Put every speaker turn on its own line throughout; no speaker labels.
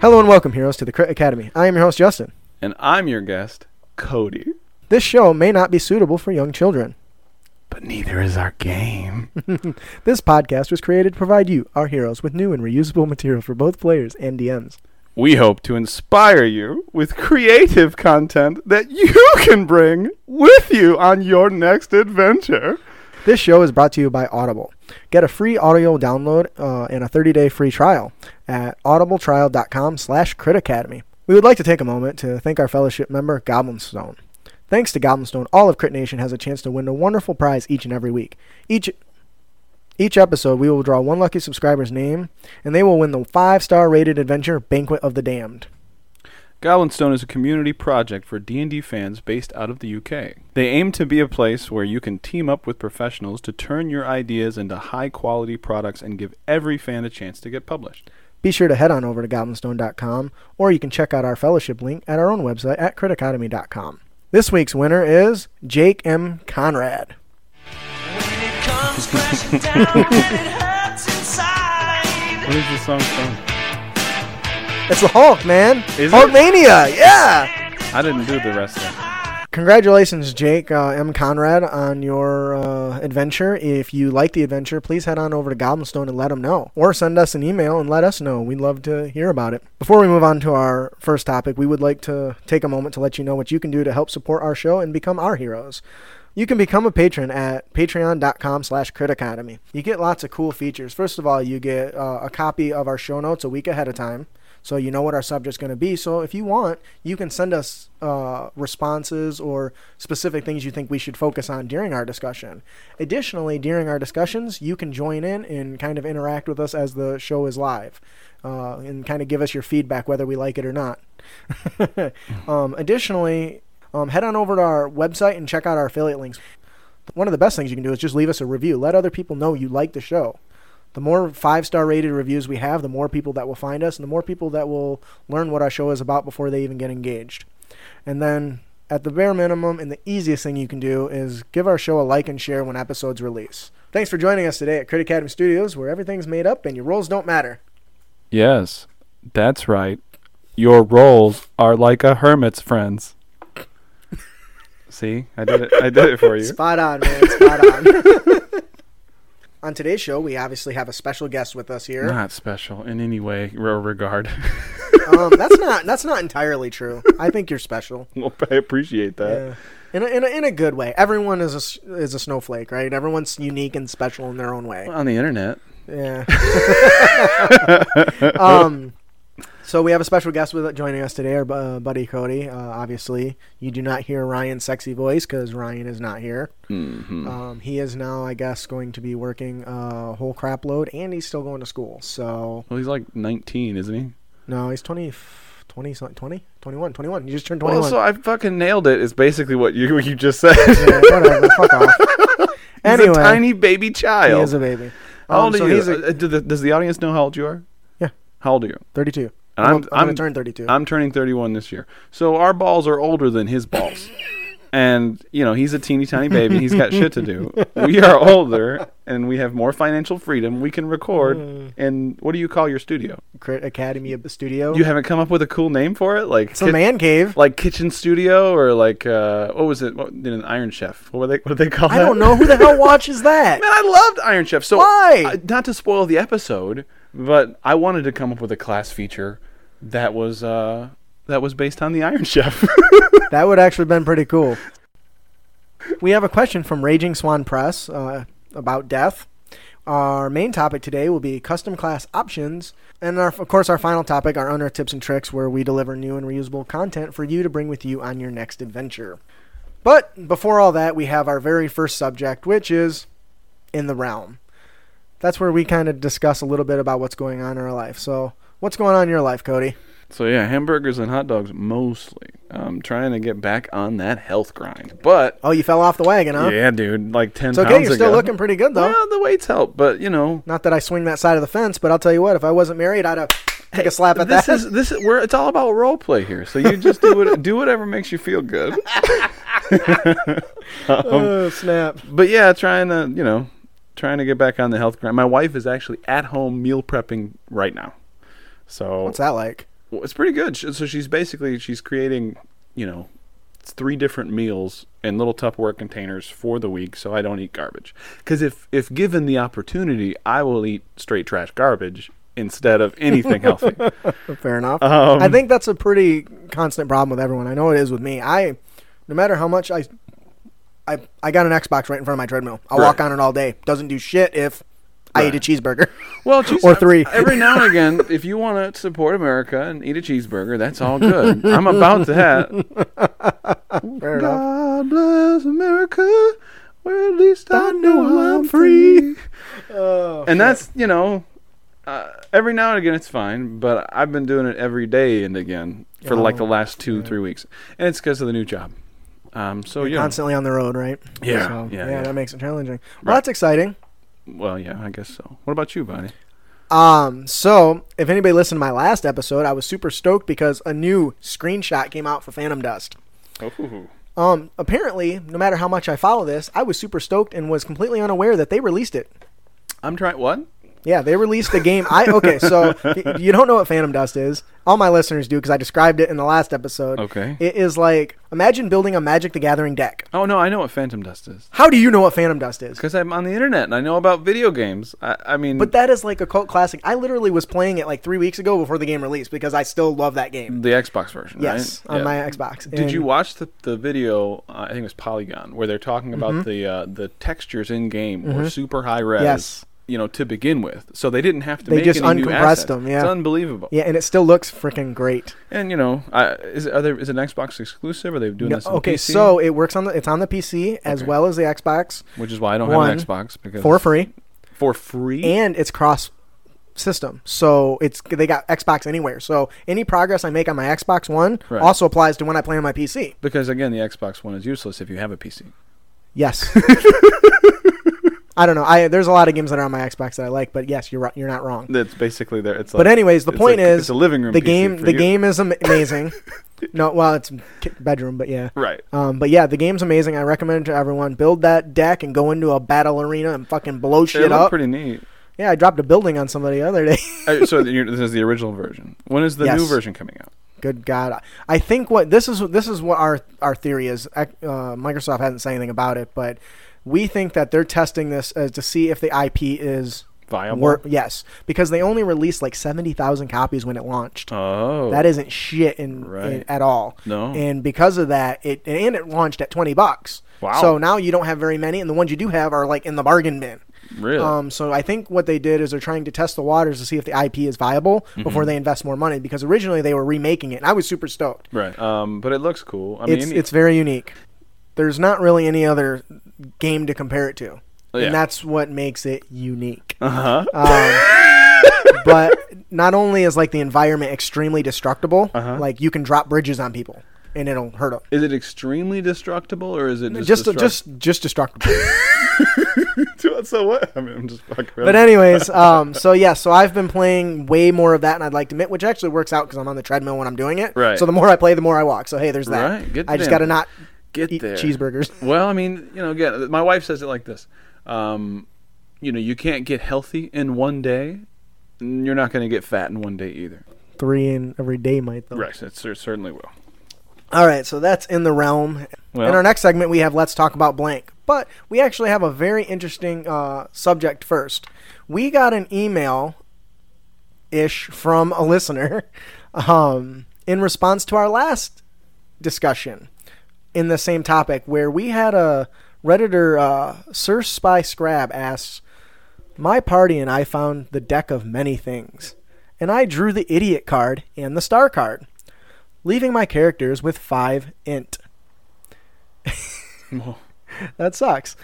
Hello and welcome, heroes, to the Crit Academy. I am your host, Justin.
And I'm your guest, Cody.
This show may not be suitable for young children.
But neither is our game.
This podcast was created to provide you, our heroes, with new and reusable material for both players and DMs.
We hope to inspire you with creative content that you can bring with you on your next adventure.
This show is brought to you by Audible. Get a free audio download uh, and a 30-day free trial at audibletrial.com slash critacademy. We would like to take a moment to thank our fellowship member, Goblinstone. Thanks to Goblinstone, all of Crit Nation has a chance to win a wonderful prize each and every week. Each each episode, we will draw one lucky subscriber's name, and they will win the five-star rated adventure Banquet of the Damned.
Goblinstone is a community project for D&D fans based out of the UK. They aim to be a place where you can team up with professionals to turn your ideas into high-quality products and give every fan a chance to get published.
Be sure to head on over to goblinstone.com, or you can check out our fellowship link at our own website at critacademy.com. This week's winner is Jake M. Conrad.
When it comes crashing down and it hurts inside.
What is this song from?
It's the Hulk, man.
Is it?
Hulkmania, yeah.
I didn't do the rest of it.
Congratulations, Jake uh, M. Conrad, on your uh, adventure. If you like the adventure, please head on over to Goblinstone and let them know, or send us an email and let us know. We'd love to hear about it. Before we move on to our first topic, we would like to take a moment to let you know what you can do to help support our show and become our heroes. You can become a patron at patreon.com slash critacademy. You get lots of cool features. First of all, you get uh, a copy of our show notes a week ahead of time, so you know what our subject's going to be. So if you want, you can send us uh, responses or specific things you think we should focus on during our discussion. Additionally, during our discussions, you can join in and kind of interact with us as the show is live uh, and kind of give us your feedback whether we like it or not. um, additionally, um, head on over to our website and check out our affiliate links. One of the best things you can do is just leave us a review. Let other people know you like the show. The more five star rated reviews we have, the more people that will find us and the more people that will learn what our show is about before they even get engaged. And then, at the bare minimum, and the easiest thing you can do is give our show a like and share when episodes release. Thanks for joining us today at Crit Academy Studios, where everything's made up and your roles don't matter.
Yes, that's right. Your roles are like a hermit's friends. See, I did it. I did it for you.
Spot on, man. Spot on. on today's show, we obviously have a special guest with us here.
Not special in any way or regard.
Um, that's not that's not entirely true. I think you're special.
well, I appreciate that.
Yeah. In a, in, a, in a good way. Everyone is a, s- is a snowflake, right? Everyone's unique and special in their own way.
On the internet,
Yeah. um, so we have a special guest with joining us today, our bu- uh, buddy Cody. Uh, obviously, you do not hear Ryan's sexy voice because Ryan is not here.
Mm-hmm.
Um, he is now, I guess, going to be working a whole crap load, and he's still going to school. So
well, he's like 19, isn't he?
no, he's 20, 20, 20 21, 21. You just turned 21.
Well, so I fucking nailed it. Is basically what you you just said.
Yeah, whatever, fuck off.
he's
anyway,
a tiny baby
he
child.
is a baby.
how old
Um,
are you?
he's a-
Uh, do the- does the audience know how old you are?
Yeah.
How old are you?
32. I'm,
And I'm-
I'm, gonna
I'm-
turn 32.
I'm turning 31 this year. So our balls are older than his balls. and, you know, he's a teeny tiny baby. He's got shit to do. We are older and we have more financial freedom. We can record.
Hmm.
And what do you call your studio?
Crit Academy of the Studio.
You haven't come up with a cool name for it? Like
it's a
kit-
man cave.
like kitchen studio or like uh, what was it? What, in an Iron Chef. What were they what do they call
I don't know who the hell watches that.
Man, I loved Iron Chef. So
Why?
uh, not to spoil the episode, but I wanted to come up with a class feature that was uh, that was based on the Iron Chef.
That would actually been pretty cool. We have a question from Raging Swan Press uh, about death. Our main topic today will be custom class options, and our, of course, our final topic are owner tips and tricks, where we deliver new and reusable content for you to bring with you on your next adventure. But before all that, we have our very first subject, which is in the realm. That's where we kind of discuss a little bit about what's going on in our life. So, what's going on in your life, Cody?
So yeah, hamburgers and hot dogs mostly. I'm trying to get back on that health grind, but
Oh, you fell off the wagon, huh?
yeah, dude, like ten
It's okay.
pounds
You're still
ago-
looking pretty good, though.
Well, the weights help, but you know,
Not that I swing that side of the fence, but I'll tell you what, if I wasn't married, I'd have take a slap at
this
that.
is this is we're it's all about role play here. So you just do what do whatever makes you feel good.
oh, snap.
But yeah, trying to you know, trying to get back on the health grind. My wife is actually at home meal prepping right now. So
What's that like?
Well, it's pretty good. Sh- So she's basically she's creating, you know, three different meals in little Tupperware containers for the week, so I don't eat garbage. Because if if given the opportunity, I will eat straight trash garbage instead of anything healthy.
Fair enough.
Um,
I think that's a pretty constant problem with everyone. I know it is with me. I, no matter how much I, I, I got an Xbox right in front of my treadmill. I will walk
Right.
on it all day. Doesn't do shit if I eat a
Right.
cheeseburger.
Well, geez,
Or three.
Every now and again, if you want to support America and eat a cheeseburger, that's all good. I'm about that.
Fair enough.
God bless America, where at least I, know, I'm free. Oh, and that's you know, uh, every now and again it's fine, but I've been doing it every day and again for like the last two three weeks, and it's because of the new job. Um, so yeah,
Constantly on the road, right?
Yeah,
So,
yeah,
yeah,
yeah.
That makes it challenging.
Right.
Well, that's exciting.
well, yeah, I guess so. What about you, Bonnie?
Um, so if anybody listened to my last episode, I was super stoked because a new screenshot came out for Phantom Dust.
Oh,
Um, apparently, no matter how much I follow this, I was super stoked and was completely unaware that they released it.
I'm trying what?
Yeah, they released a game. I okay, so y- you don't know what Phantom Dust is. All my listeners do because I described it in the last episode.
Okay.
It is like imagine building a Magic the Gathering deck.
Oh no, I know what Phantom Dust is
How do you know what Phantom Dust is?
because I'm on the internet and I know about video games. I, I mean,
But that is like a cult classic. I literally was playing it like three weeks ago before the game released because I still love that game.
the Xbox version,
Yes,
right?
on
Yeah.
my Xbox.
Did you
And-
watch the, the video? Uh, I think it was Polygon, where they're talking about
Mm-hmm.
the uh, the textures in game were super high res.
Yes.
You know, to begin with, so they didn't have to.
They
make
just
any new
uncompressed
assets.
them, yeah.
it's unbelievable.
Yeah, and it still looks freaking great.
And you know, I, is are there is an Xbox exclusive? Are they doing
No,
this? On
okay,
PC?
so it works on the it's on the PC as
Okay.
well as the Xbox
which is why I don't
one,
have an Xbox because
for free,
for free.
and it's cross system. So it's they got Xbox anywhere. So any progress I make on my Xbox One
Right.
also applies to when I play on my PC.
because again, the Xbox One is useless if you have a PC.
Yes. I don't know. I there's a lot of games that are on my Xbox that I like, but yes, you're ri- you're not wrong.
That's basically there. It's like,
But anyways, the
it's
point
like-
is
it's a living room.
the
PC
game
for
the
you.
game is am- amazing. no, well, it's ki- bedroom, but yeah.
Right.
Um, but yeah, the game's amazing. I recommend it to everyone. Build that deck and go into a battle arena and fucking blow
They
shit
look
up.
pretty neat.
yeah, I dropped a building on somebody the other day.
Uh, so you're- this is the original version. When is the new
Yes.
version coming out?
Good God, I think what this is this is what our our theory is. Ac- Uh, Microsoft hasn't said anything about it, but we think that they're testing this as to see if the IP is
Viable.
wor- yes, because they only released like seventy thousand copies when it launched.
Oh,
that isn't shit in, in
Right.
at all.
No.
And because of that, it and it launched at twenty bucks.
Wow.
So now you don't have very many, and the ones you do have are like in the bargain bin.
really.
Um, so I think what they did is they're trying to test the waters to see if the IP is viable
Mm-hmm.
before they invest more money. Because originally they were remaking it, and I was super stoked.
Right. Um, but it looks cool. I
it's
mean,
it's very unique. There's not really any other game to compare it to,
Oh, Yeah.
and that's what makes it unique.
uh-huh.
Um, but not only is like the environment extremely destructible,
Uh-huh.
like you can drop bridges on people and it'll hurt them.
Is it extremely destructible, or is it just
Just
destruct-
just just destructible.
so what? I mean, I'm just fucking.
but anyways, um, so yeah, so I've been playing way more of that, and I'd like to admit, which actually works out because I'm on the treadmill when I'm doing it.
Right.
So the more I play, the more I walk. So hey, there's that.
Right, get
I just
them.
got to not
get
eat
there.
cheeseburgers.
Well, I mean, you know, again, my wife says it like this. Um, you know, you can't get healthy in one day. and You're not going to get fat in one day either.
Three in every day might though.
Right. It cer- certainly will.
All right, so that's in the realm.
Well-
in our next segment, we have let's talk about blank, but we actually have a very interesting uh, subject first. We got an email ish from a listener um, in response to our last discussion in the same topic, where we had a redditor, uh, Sir Spy Scrab, asks, "My party and I found the deck of many things, and I drew the idiot card and the star card." leaving my characters with five int.
Well,
That sucks.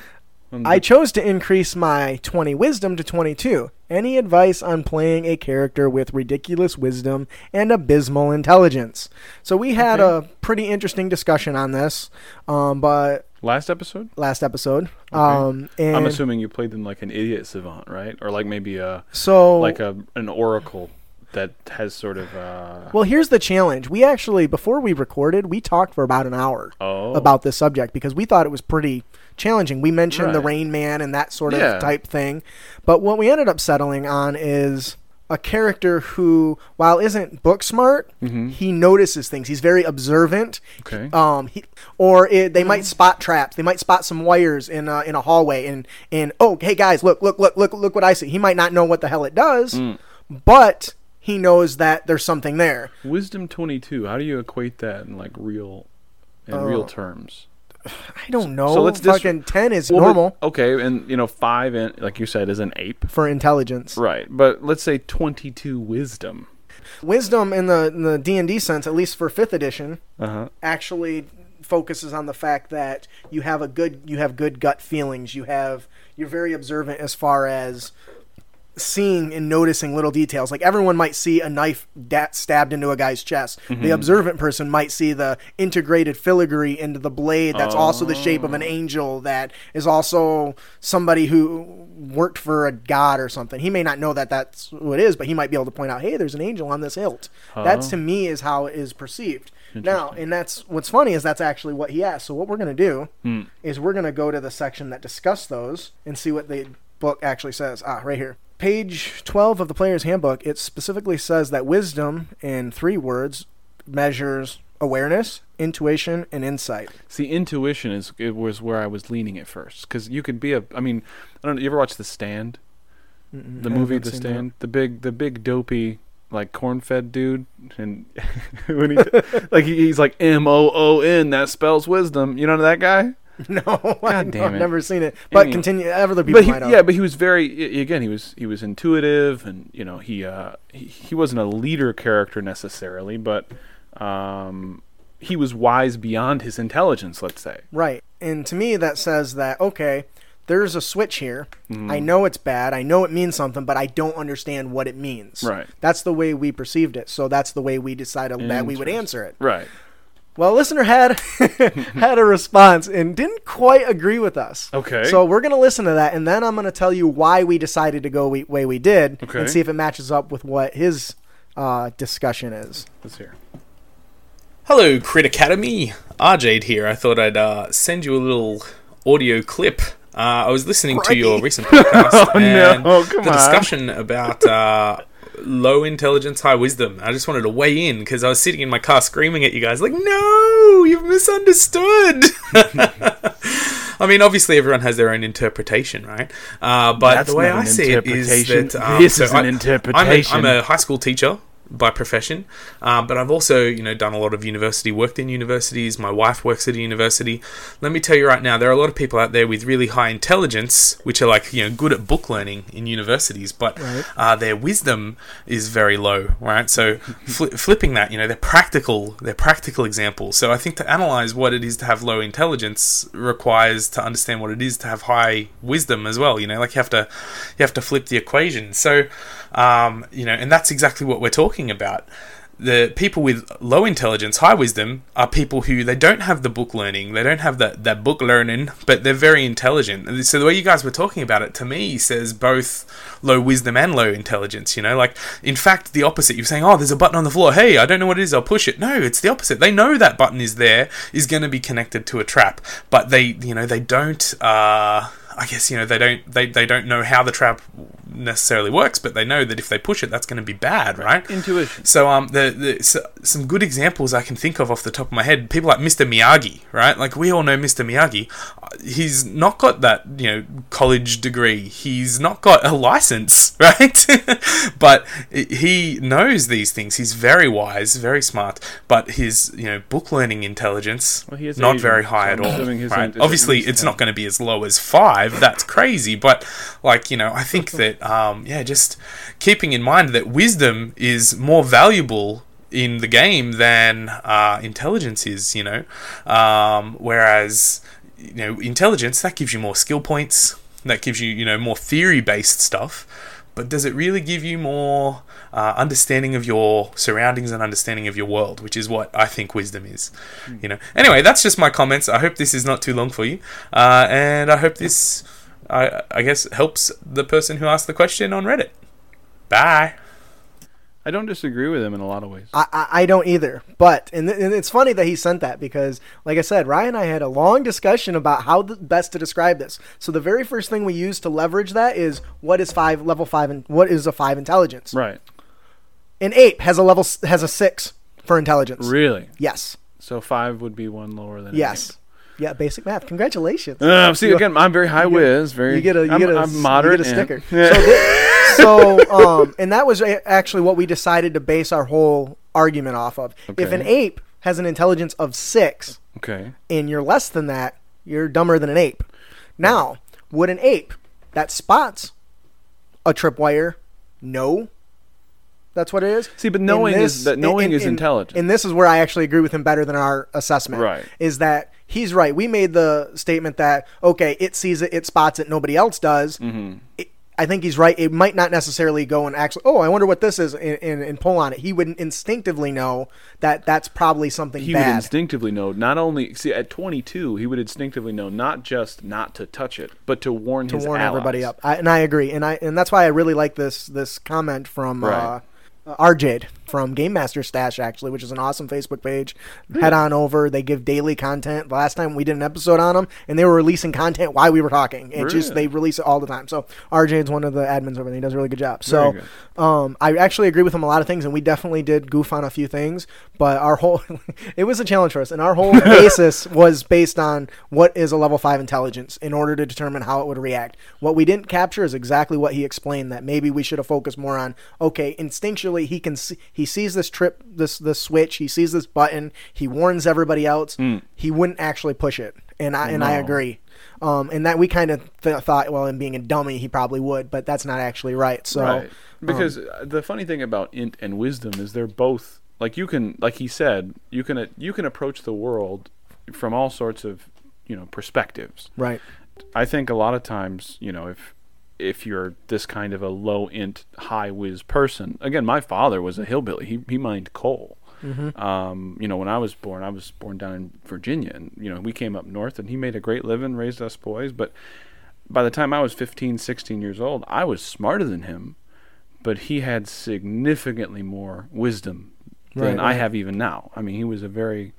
Um,
I chose to increase my 20 wisdom to 22. Any advice on playing a character with ridiculous wisdom and abysmal intelligence? So we had
Okay.
a pretty interesting discussion on this, um, but
Last episode.
last episode. Um, and
I'm assuming you played them like an idiot savant, right? Or like maybe a
so
like a an oracle that has sort of. Uh,
Well, here's the challenge. We actually, before we recorded, we talked for about an hour
Oh.
about this subject because we thought it was pretty challenging. We mentioned the
Right.
Rain Man and that sort
Yeah.
of type thing. But what we ended up settling on is a character who, while isn't book smart, he notices things. He's very observant.
Mm-hmm. Okay.
Um, he, or it, they might spot traps. They might spot some wires in uh, in a hallway. And and oh, hey guys, look, look, look, look, look what I see. He might not know what the hell it does,
Hmm.
but he knows that there's something there.
Wisdom 22. How do you equate that in like real in real terms?
I don't know.
let's dis-
Uh, oh, fucking ten is
Well, but-
normal
okay, and you know 5 in, like you said is an ape.
for intelligence.
Right. But let's say 22 wisdom.
Wisdom in the in the D and D sense, at least for fifth edition,
Uh-huh.
actually focuses on the fact that you have a good you have good gut feelings you have you're very observant as far as seeing and noticing little details like everyone might see a knife da- stabbed into a guy's chest the observant person might see the integrated filigree into the blade that's also the shape of an angel that is also somebody who worked for a god or something he may not know that that's who it is but he might be able to point out hey there's an angel on this hilt that's to me is how it is perceived now and that's what's funny is that's actually what he asked so what we're going to do
Hmm.
is we're going to go to the section that discuss those and see what the book actually says ah right here page 12 of the player's handbook it specifically says that wisdom in three words measures awareness intuition and insight
See, intuition is it was where I was leaning at first because you could be a. I mean, I don't. You ever watch The Stand? the movie
haven't
The
seen
Stand. The big, the big dopey like corn-fed dude, and when he like he- he's like M O O N. That spells wisdom. You know that guy.
no I,
damn
have
it.
never seen it but
Anyway.
continue other people
But he,
might have
yeah, but he was very i- again. He was he was intuitive, and you know he uh he, he wasn't a leader character necessarily, but um he was wise beyond his intelligence. Let's say.
Right. And to me, that says that, okay, there's a switch here. I
Mm-hmm.
know it's bad. I know it means something, but I don't understand what it means.
Right.
That's the way we perceived it. So that's the way we decided that we would answer it.
Right.
Well, a listener had had a response and didn't quite agree with us.
Okay.
So we're gonna listen to that, and then I'm gonna tell you why we decided to go we, way we did,
Okay.
and see if it matches up with what his uh, discussion is.
Let's hear.
Hello, Crit Academy. Arjade here. I thought I'd uh, send you a little audio clip. Uh, I was listening to your recent podcast and
Oh, no, come
the
on.
discussion about uh, low intelligence, high wisdom. I just wanted to weigh in because I was sitting in my car screaming at you guys, like, "No, you've misunderstood." I mean, obviously, everyone has their own interpretation, right? Uh, but
That's
the way
not
I
an
see it is
interpretation.
that um,
This
so
is an
I- I'm a-
interpretation.
I'm a a high school teacher by profession, um, but I've also you know done a lot of university, worked in universities. My wife works at a university. Let me tell you right now, there are a lot of people out there with really high intelligence, which are like you know good at book learning in universities, but uh, their wisdom is very low, right? So fli flipping that, you know, they're practical, they're practical examples. So I think to analyze what it is to have low intelligence requires to understand what it is to have high wisdom as well. You know, like you have to you have to flip the equation. So um, you know, and that's exactly what we're talking about. The people with low intelligence, high wisdom, are people who they don't have the book learning, they don't have that, that book learning, but they're very intelligent. And So the way you guys were talking about it to me says both low wisdom and low intelligence. You know, like in fact the opposite. You're saying, oh, there's a button on the floor. Hey, I don't know what it is. I'll push it. No, it's the opposite. They know that button is there, is going to be connected to a trap, but they, you know, they don't. Uh, I guess you know they don't they, they don't know how the trap necessarily works, but they know that if they push it, that's going to be bad, right?
Intuition.
So um, the, the so, some good examples I can think of off the top of my head, people like Mr. Miyagi, right? Like we all know Mr. Miyagi. Uh, He's not got that you know college degree. He's not got a license, right? but he knows these things. He's very wise, very smart. But his you know book learning intelligence
Well, he is
not
Asian,
very high
so
at
I'm
all.
assuming his
right?
int-
Obviously,
intelligence
it's not going to be as low as five. That's crazy. But like you know, I think that um, yeah, just keeping in mind that wisdom is more valuable in the game than uh, intelligence is. You know, um, whereas you know intelligence that gives you more skill points. That gives you you know more theory based stuff. But does it really give you more uh, understanding of your surroundings and understanding of your world, which is what I think wisdom is? You know. Anyway, that's just my comments. I hope this is not too long for you, uh, and I hope this, I, I guess, helps the person who asked the question on Reddit. Bye.
I don't disagree with him in a lot of ways.
I, I, I don't either. But and, th- and it's funny that he sent that because, like I said, Ryan and I had a long discussion about how the, best to describe this. So the very first thing we use to leverage that is what is five level five and what is a five intelligence.
Right.
An ape has a level s- has a six for intelligence.
Really?
Yes.
So five would be one lower than an
Yes. Yeah. Basic math. Congratulations.
eight. Uh, see again, I'm very high whiz. Very.
you get a you
I'm,
get a,
I'm moderate
you get a sticker.
and-
So, thi- so um, and that was a- actually what we decided to base our whole argument off of. If
Okay.
an ape has an intelligence of six
okay.
and you're less than that, you're dumber than an ape. Now, would an ape that spots a tripwire? No. That's what it is.
See, but
In
knowing is- that knowing is intelligence.
And this is where I actually agree with him better than our assessment.
Right.
Is that he's right. We made the statement that okay, it sees it, it spots it, nobody else does.
Mm-hmm.
It, I think he's right. It might not necessarily go and actually, oh, I wonder what this is, and, and, and pull on it. He would instinctively know that that's probably something
He would
bad.
instinctively know. Not only see at 22, he would instinctively know not just not to touch it, but to warn
to
his
warn
allies.
everybody up. I, and I agree, and I and that's why I really like this this comment from
Right.
uh, RJ from Game Master Stash actually, which is an awesome Facebook page. Head on over; they give daily content. The last time we did an episode on them, and they were releasing content while we were talking. It just
Really?
they release it all the time. So RJ is one of the admins over there. He does a really good job. So
Very
um, I actually agree with him a lot of things, and we definitely did goof on a few things. But our whole it was a challenge for us, and our whole basis was based on what is a level five intelligence in order to determine how it would react. What we didn't capture is exactly what he explained. That maybe we should have focused more on okay, instinctually he can see, he sees this trip this this switch, he sees this button, he warns everybody else. He wouldn't actually push it, and I and I
Mm. No.
agree. Um, and that we kind of th- thought, well, in being a dummy, he probably would, but that's not actually right. So, um,
Right. Because uh, the funny thing about int and wisdom is they're both like you can like he said, you can uh, you can approach the world from all sorts of, you know, perspectives.
right.
I think a lot of times, you know, if if you're this kind of a low int, high whiz person, again, my father was a hillbilly. He he mined coal.
Mm-hmm.
Um, you know, when I was born, I was born down in Virginia, and you know, we came up north, and he made a great living, raised us boys. But by the time I was 15, 16 years old, I was smarter than him, but he had significantly more wisdom than
Right,
I have even now. I mean, he was a very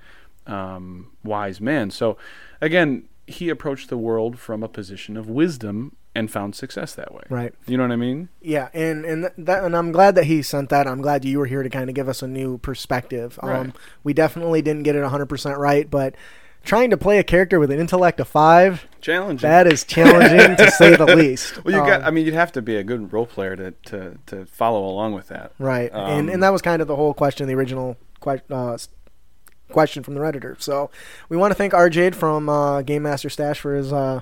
um, wise man. So, again, he approached the world from a position of wisdom and found success that way.
Right.
You know what I mean?
Yeah, and and th- that, and I'm glad that he sent that. I'm glad you were here to kind of give us a new perspective. Um,
Right.
We definitely didn't get it 100 percent right, but trying to play a character with an intellect of five
Challenging.
that is challenging to say the least.
well, you got.
Um,
I mean, you'd have to be a good role player to to, to follow along with that.
right, and
Um,
and that was kind of the whole question, the original que- uh, s- question from the redditor. So we want to thank RJ from uh, Game Master Stash for his. Uh,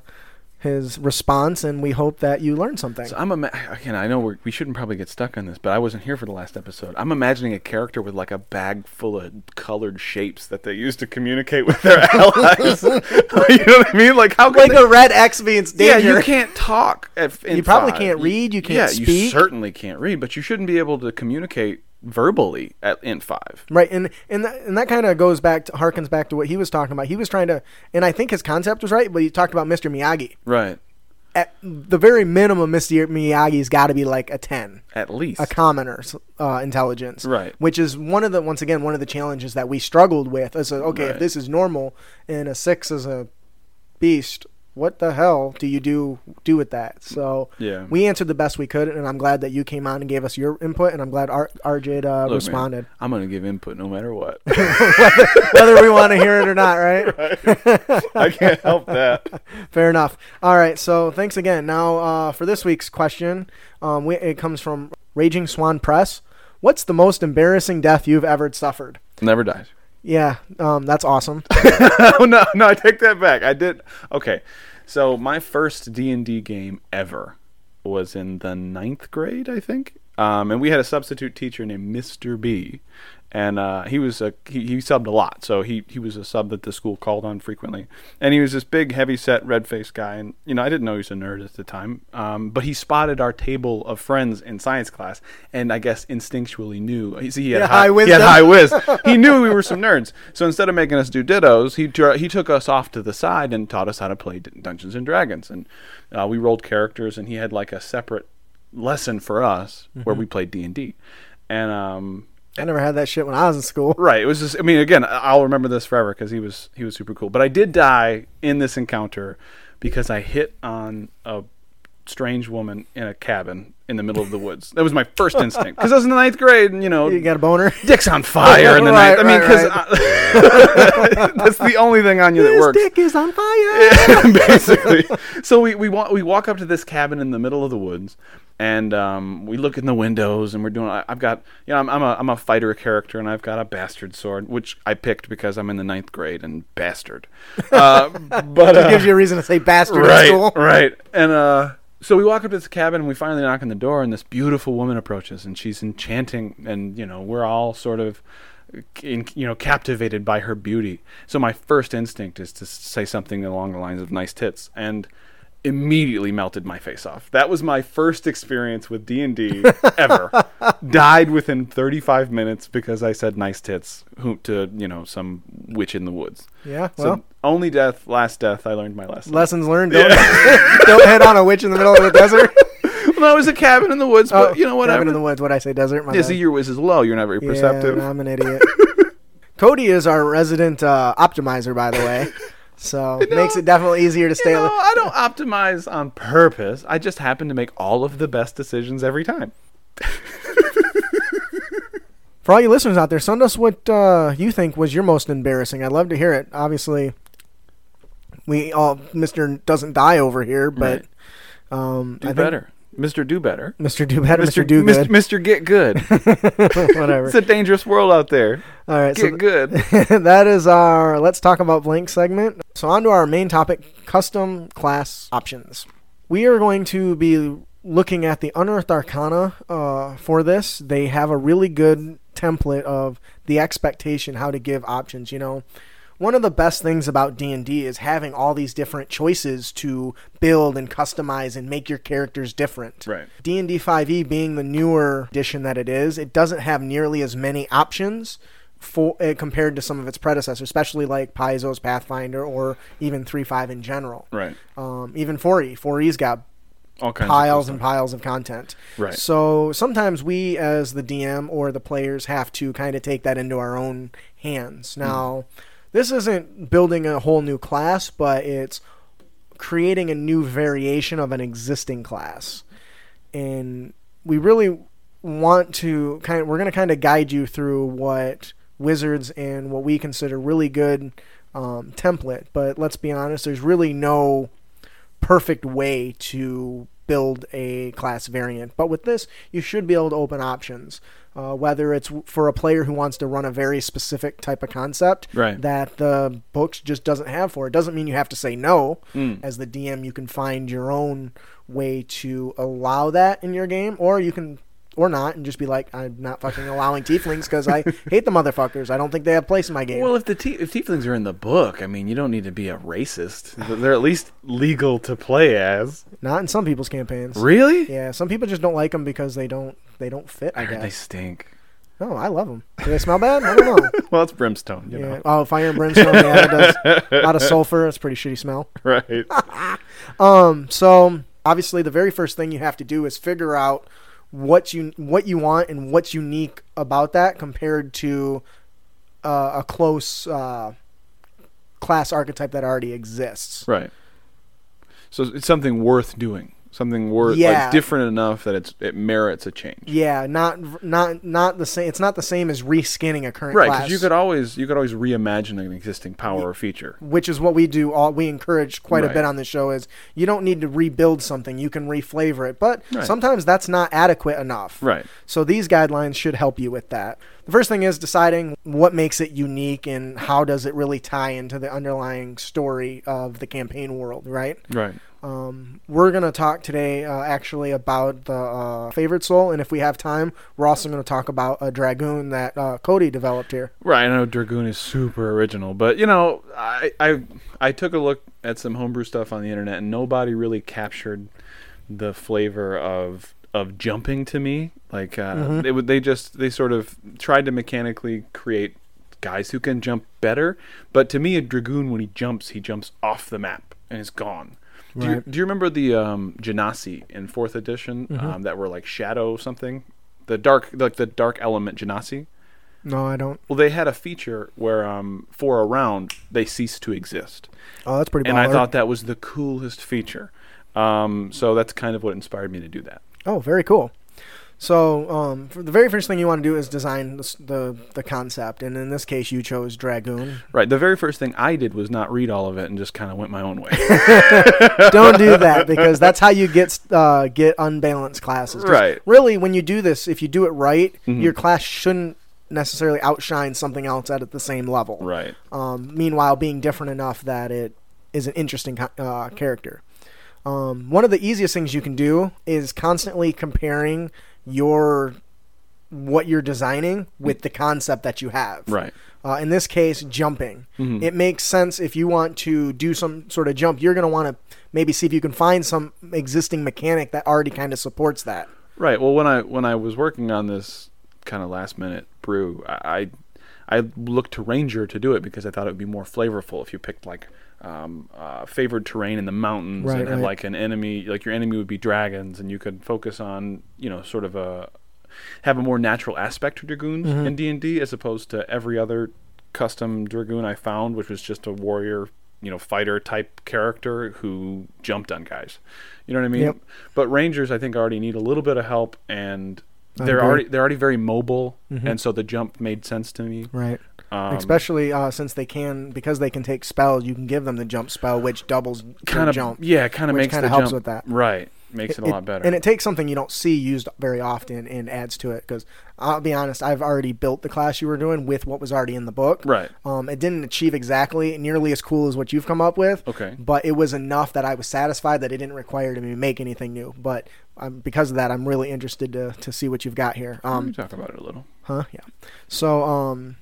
his response, and we hope that you learned something.
So I'm ima- again. I know we're, we shouldn't probably get stuck on this, but I wasn't here for the last episode. I'm imagining a character with like a bag full of colored shapes that they use to communicate with their allies. you know what I mean? Like how could
like
they-
a red X means danger.
yeah, you can't talk. At, in
You probably
five.
can't read, you can't
yeah, you
speak.
certainly can't read, but you shouldn't be able to communicate verbally at in five.
Right, and and that, and that kind of goes back to harkens back to what he was talking about. He was trying to, and I think his concept was right, but he talked about Mr. Miyagi.
Right.
At the very minimum, Mr. Miyagi's got to be like a ten,
At least.
a commoner's uh, intelligence.
Right.
which is one of the once again one of the challenges that we struggled with. Is uh, okay if
Right.
this is normal and a six is a beast. What the hell do you do do with that? So
Yeah.
we answered the best we could, and I'm glad that you came on and gave us your input, and I'm glad R- RJ uh,
Look, man,
responded.
I'm gonna give input no matter what.
whether we want to hear it or not, right?
I can't help that.
Fair enough. All right, so thanks again. Now uh, for this week's question, um, we, it comes from Raging Swan Press. What's the most embarrassing death you've ever suffered?
Never dies.
Yeah, um, that's awesome.
oh no, no, I take that back. I did. Okay, so my first D and D game ever was in the ninth grade, I think. Um, and we had a substitute teacher named Mr. B, and uh, he was a he, he subbed a lot, so he he was a sub that the school called on frequently. And he was this big, heavy set, red faced guy, and you know I didn't know he was a nerd at the time, um, but he spotted our table of friends in science class, and I guess instinctually knew he, he had
Yeah,
high,
high
he had
wisdom.
high I whiz. He knew we were some nerds. So instead of making us do dittos, he dra- he took us off to the side and taught us how to play D- Dungeons and Dragons. And uh, we rolled characters, and he had like a separate lesson for us where we played D and D. and um,
I never had that shit when I was in school.
right, it was just. I mean, again, I- I'll remember this forever because he was he was super cool. But I did die in this encounter because I hit on a strange woman in a cabin in the middle of the woods. That was my first instinct because I was in the ninth grade, and you know,
You got a boner?
dick's on fire in the
Right,
night. I mean,
right,
because that's the only thing on you that
His
works.
dick is on fire.
basically. So we we walk we walk up to this cabin in the middle of the woods, and um, we look in the windows, and we're doing. I, I've got you know I'm, I'm a I'm a fighter character, and I've got a bastard sword, which I picked because I'm in the ninth grade and bastard. Uh, but
It
uh,
gives you a reason to say bastard
right,
in school.
Right. And uh so we walk up to this cabin and we finally knock on the door and this beautiful woman approaches and she's enchanting and you know, we're all sort of in, you know, captivated by her beauty. So my first instinct is to say something along the lines of nice tits and immediately melted my face off. That was my first experience with D&D ever. Died within 35 minutes because I said nice tits who, to, you know, some witch in the woods.
Yeah,
so
well.
only death, last death, I learned my lesson.
Lessons learned. Don't, don't hit on a witch in the middle of the desert.
No, it was a cabin in the woods, but
Oh,
you know whatever.
Cabin in the woods. What I say, desert. My
Yeah,
bad.
see, your whiz is low. You're not very
Yeah,
perceptive.
I'm an idiot. Cody is our resident uh, optimizer, by the way. So it makes it definitely easier to stay.
you know,
alive.
I don't optimize on purpose. I just happen to make all of the best decisions every time.
For all you listeners out there, send us what uh, you think was your most embarrassing. I'd love to hear it. Obviously, we all Mister doesn't die over here, but um,
Do
I think
better, Mister. Do better,
Mister Do Better, Mister Do
Mis-
Good,
Mister. Get good.
whatever.
it's a dangerous world out there.
all right, so
Get good.
that is our let's talk about blank segment. So on to our main topic, custom class options. We are going to be looking at the Unearthed Arcana uh, for this. They have a really good template of the expectation how to give options. You know, one of the best things about D&D is having all these different choices to build and customize and make your characters different.
Right.
D&D 5e E being the newer edition that it is, it doesn't have nearly as many options for uh, compared to some of its predecessors, especially like Paizo's Pathfinder or even 3.5 in general.
Right.
Um, even 4e, 4e's got
All kinds.
piles
of
and
good
piles of content.
Right.
So sometimes we, as the DM or the players, have to kind of take that into our own hands.
Hmm.
Now, this isn't building a whole new class, but it's creating a new variation of an existing class. And we really want to kind of, we're going to kind of guide you through what wizards and what we consider really good um, template. But let's be honest, there's really no perfect way to build a class variant. But with this, you should be able to open options. Uh, whether it's w- for a player who wants to run a very specific type of concept
Right.
that the books just doesn't have for it, doesn't mean you have to say no.
Hmm.
As the DM, you can find your own way to allow that in your game, or you can or not, and just be like, I'm not fucking allowing tieflings because I hate the motherfuckers. I don't think they have place in my game.
stuff. Well, if the tie- if tieflings are in the book, I mean, you don't need to be a racist. They're at least legal to play as.
not in some people's campaigns.
Really?
Yeah, some people just don't like them because they don't they don't fit. I,
I heard they
guess.
stink.
No, I love them. Do they smell bad? I don't know.
Well, it's brimstone, you
yeah.
know.
Oh, fire and brimstone. Yeah, it does. A lot of sulfur. It's a pretty shitty smell.
Right.
Um, so obviously, the very first thing you have to do is figure out what you what you want and what's unique about that compared to uh, a close uh, class archetype that already exists.
Right. So it's something worth doing, something worth
Yeah.
like different enough that it's it merits a change.
Yeah, not not not the same. It's not the same as reskinning a current
Right,
class.
because you could always you could always reimagine an existing power or feature.
which is what we do all we encourage quite a
Right.
bit on the show is you don't need to rebuild something you can reflavor it but
Right.
sometimes that's not adequate enough
Right.
so these guidelines should help you with that the first thing is deciding what makes it unique and how does it really tie into the underlying story of the campaign world right
Right.
um, we're going to talk today uh, actually about the uh, favorite soul and if we have time we're also going to talk about a dragoon that uh, cody developed here
Right. I know Dragoon is super original, but you know, I I I took a look at some homebrew stuff on the internet and nobody really captured the flavor of of jumping to me. Like uh they would they just they sort of tried to mechanically create guys who can jump better, but to me a dragoon when he jumps, he jumps off the map and is gone. Do, you,
Right.
do you remember the um, Genasi in fourth edition um, that were like shadow something? the dark like the dark element genasi.
No, I don't.
Well, they had a feature where um, for a round they cease to exist,
Oh, that's pretty.
and I
baller.
thought that was the coolest feature. Um, so that's kind of what inspired me to do that.
Oh, very cool. So, um, for the very first thing you want to do is design the, s- the the concept, and in this case, you chose dragoon.
Right. The very first thing I did was not read all of it and just kind of went my own way.
Don't do that because that's how you get s- uh, get unbalanced classes. 'Cause
Right. Mm-hmm.
Really, when you do this, if you do it right, your class shouldn't necessarily outshine something else at, at the same level.
right.
um, meanwhile being different enough that it is an interesting co- uh, character. Um, one of the easiest things you can do is constantly comparing your what you're designing with the concept that you have.
Right.
Uh, in this case, jumping. It makes sense if you want to do some sort of jump. You're going to want to maybe see if you can find some existing mechanic that already kind of supports that.
Right. Well, when I when I was working on this kind of last minute brew, I I I looked to Ranger to do it because I thought it would be more flavorful if you picked like um, uh, favored terrain in the mountains
Right,
and had
right.
like an enemy, like your enemy would be dragons, and you could focus on you know sort of a have a more natural aspect to dragoons
Mm-hmm.
in D and D as opposed to every other custom dragoon I found, which was just a warrior, you know, fighter type character who jumped on guys. You know what I mean?
Yep.
But rangers, I think, already need a little bit of help, and
I
they're
agree.
already they're already very mobile, and so the jump made sense to me.
Mm-hmm. Right.
Um,
Especially uh, since they can, because they can take spells, you can give them the jump spell, which doubles their
Kind of
jump.
yeah, kind of
which
makes
kinda
the
helps
jump
with that.
right. Makes it, a lot better.
And it takes something you don't see used very often and adds to it. Because I'll be honest, I've already built the class you were doing with what was already in the book.
Right.
Um, it didn't achieve exactly nearly as cool as what you've come up with.
Okay.
But it was enough that I was satisfied that it didn't require me to make anything new. But um, because of that, I'm really interested to, to see what you've got here. Um,
we talk about it a little.
Huh? Yeah. So, um,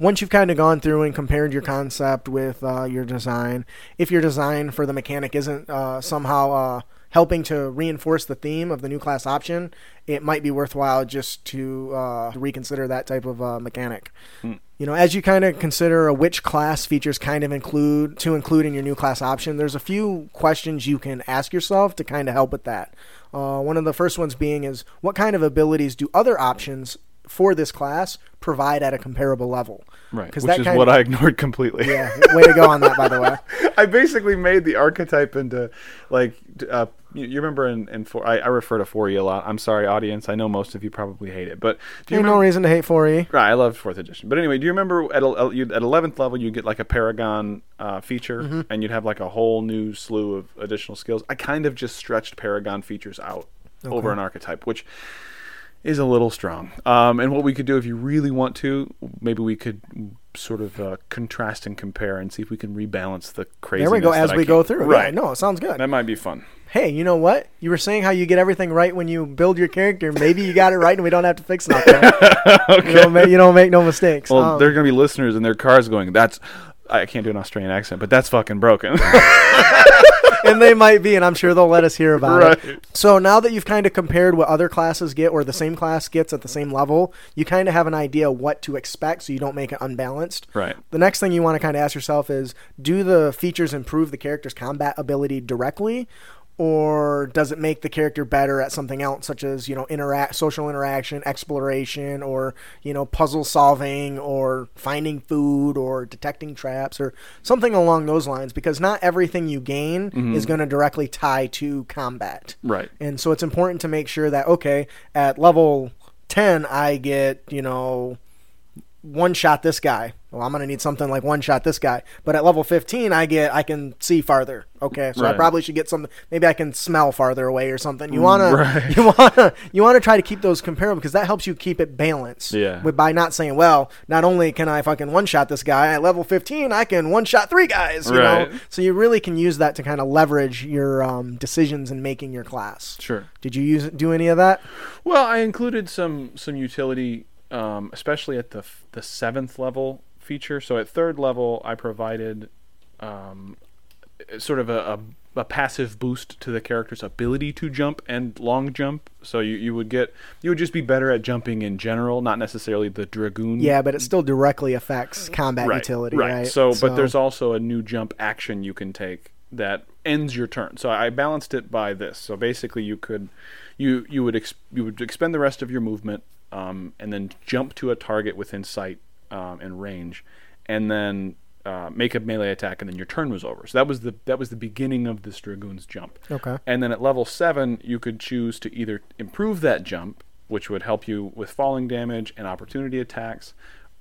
once you've kind of gone through and compared your concept with uh, your design, if your design for the mechanic isn't uh, somehow uh, helping to reinforce the theme of the new class option, it might be worthwhile just to uh, reconsider that type of uh, mechanic. You know, as you kind of consider uh, which class features kind of include to include in your new class option, there's a few questions you can ask yourself to kind of help with that. Uh, one of the first ones being is what kind of abilities do other options for this class provide at a comparable level?
Right,
Because
which
that
is
kind
what
of,
I ignored completely.
yeah, way to go on that, by the way.
I basically made the archetype into like d- uh, you, you remember in, in four, I, I refer to 4e a lot. I'm sorry, audience. I know most of you probably hate it, but do you
Ain't no
remember?
reason to hate E. 4E.
Right, I love fourth edition. But anyway, do you remember at el- you at eleventh level you get like a paragon uh, feature,
Mm-hmm.
and you'd have like a whole new slew of additional skills. I kind of just stretched paragon features out over an archetype, which is a little strong. Um, and what we could do if you really want to, maybe we could sort of uh, contrast and compare and see if we can rebalance the crazy.
There we go as we go through.
Right.
Yeah, no, it sounds good.
That might be fun.
hey, you know what? You were saying how you get everything right when you build your character. Maybe you got it right and we don't have to fix nothing. you, don't make, you don't make no mistakes.
Well,
Um,
there are gonna be listeners in their cars going, "That's." I can't do an Australian accent, but that's fucking broken.
and they might be, and I'm sure they'll let us hear about
Right.
it. So now that you've kind of compared what other classes get or the same class gets at the same level, you kind of have an idea what to expect so you don't make it unbalanced.
Right.
The next thing you want to kind of ask yourself is do the features improve the character's combat ability directly? Or does it make the character better at something else, such as you know, interact, social interaction, exploration, or you know, puzzle solving, or finding food, or detecting traps, or something along those lines? Because not everything you gain is going to directly tie to combat.
Right.
And so it's important to make sure that okay, at level 10 I get, you know, one shot this guy. Well, I'm going to need something like one shot this guy. But at level 15 I get I can see farther. Okay. So
Right. Mm,
I probably should get something maybe I can smell farther away or something. You want
Right.
to you want to you want to try to keep those comparable because that helps you keep it balanced.
Yeah.
With by not saying, well, not only can I fucking one shot this guy at level 15, I can one shot three guys, you
Right.
know. So you really can use that to kind of leverage your um, decisions in making your class.
Sure.
Did you use do any of that?
Well, I included some some utility, um, especially at the f- the seventh level feature. So at third level, I provided um, uh, sort of a, a, a passive boost to the character's ability to jump and long jump. So you, you would get you would just be better at jumping in general, not necessarily the dragoon.
Yeah, but it still directly affects combat
right,
utility,
right.
right?
So, but there's also a new jump action you can take that ends your turn. So I balanced it by this. So basically, you could you you would ex- you would expend the rest of your movement um, and then jump to a target within sight um, and range, and then. Uh, make a melee attack and then your turn was over. So that was the that was the beginning of this dragoon's jump.
Okay.
And then at level seven, you could choose to either improve that jump, which would help you with falling damage and opportunity attacks,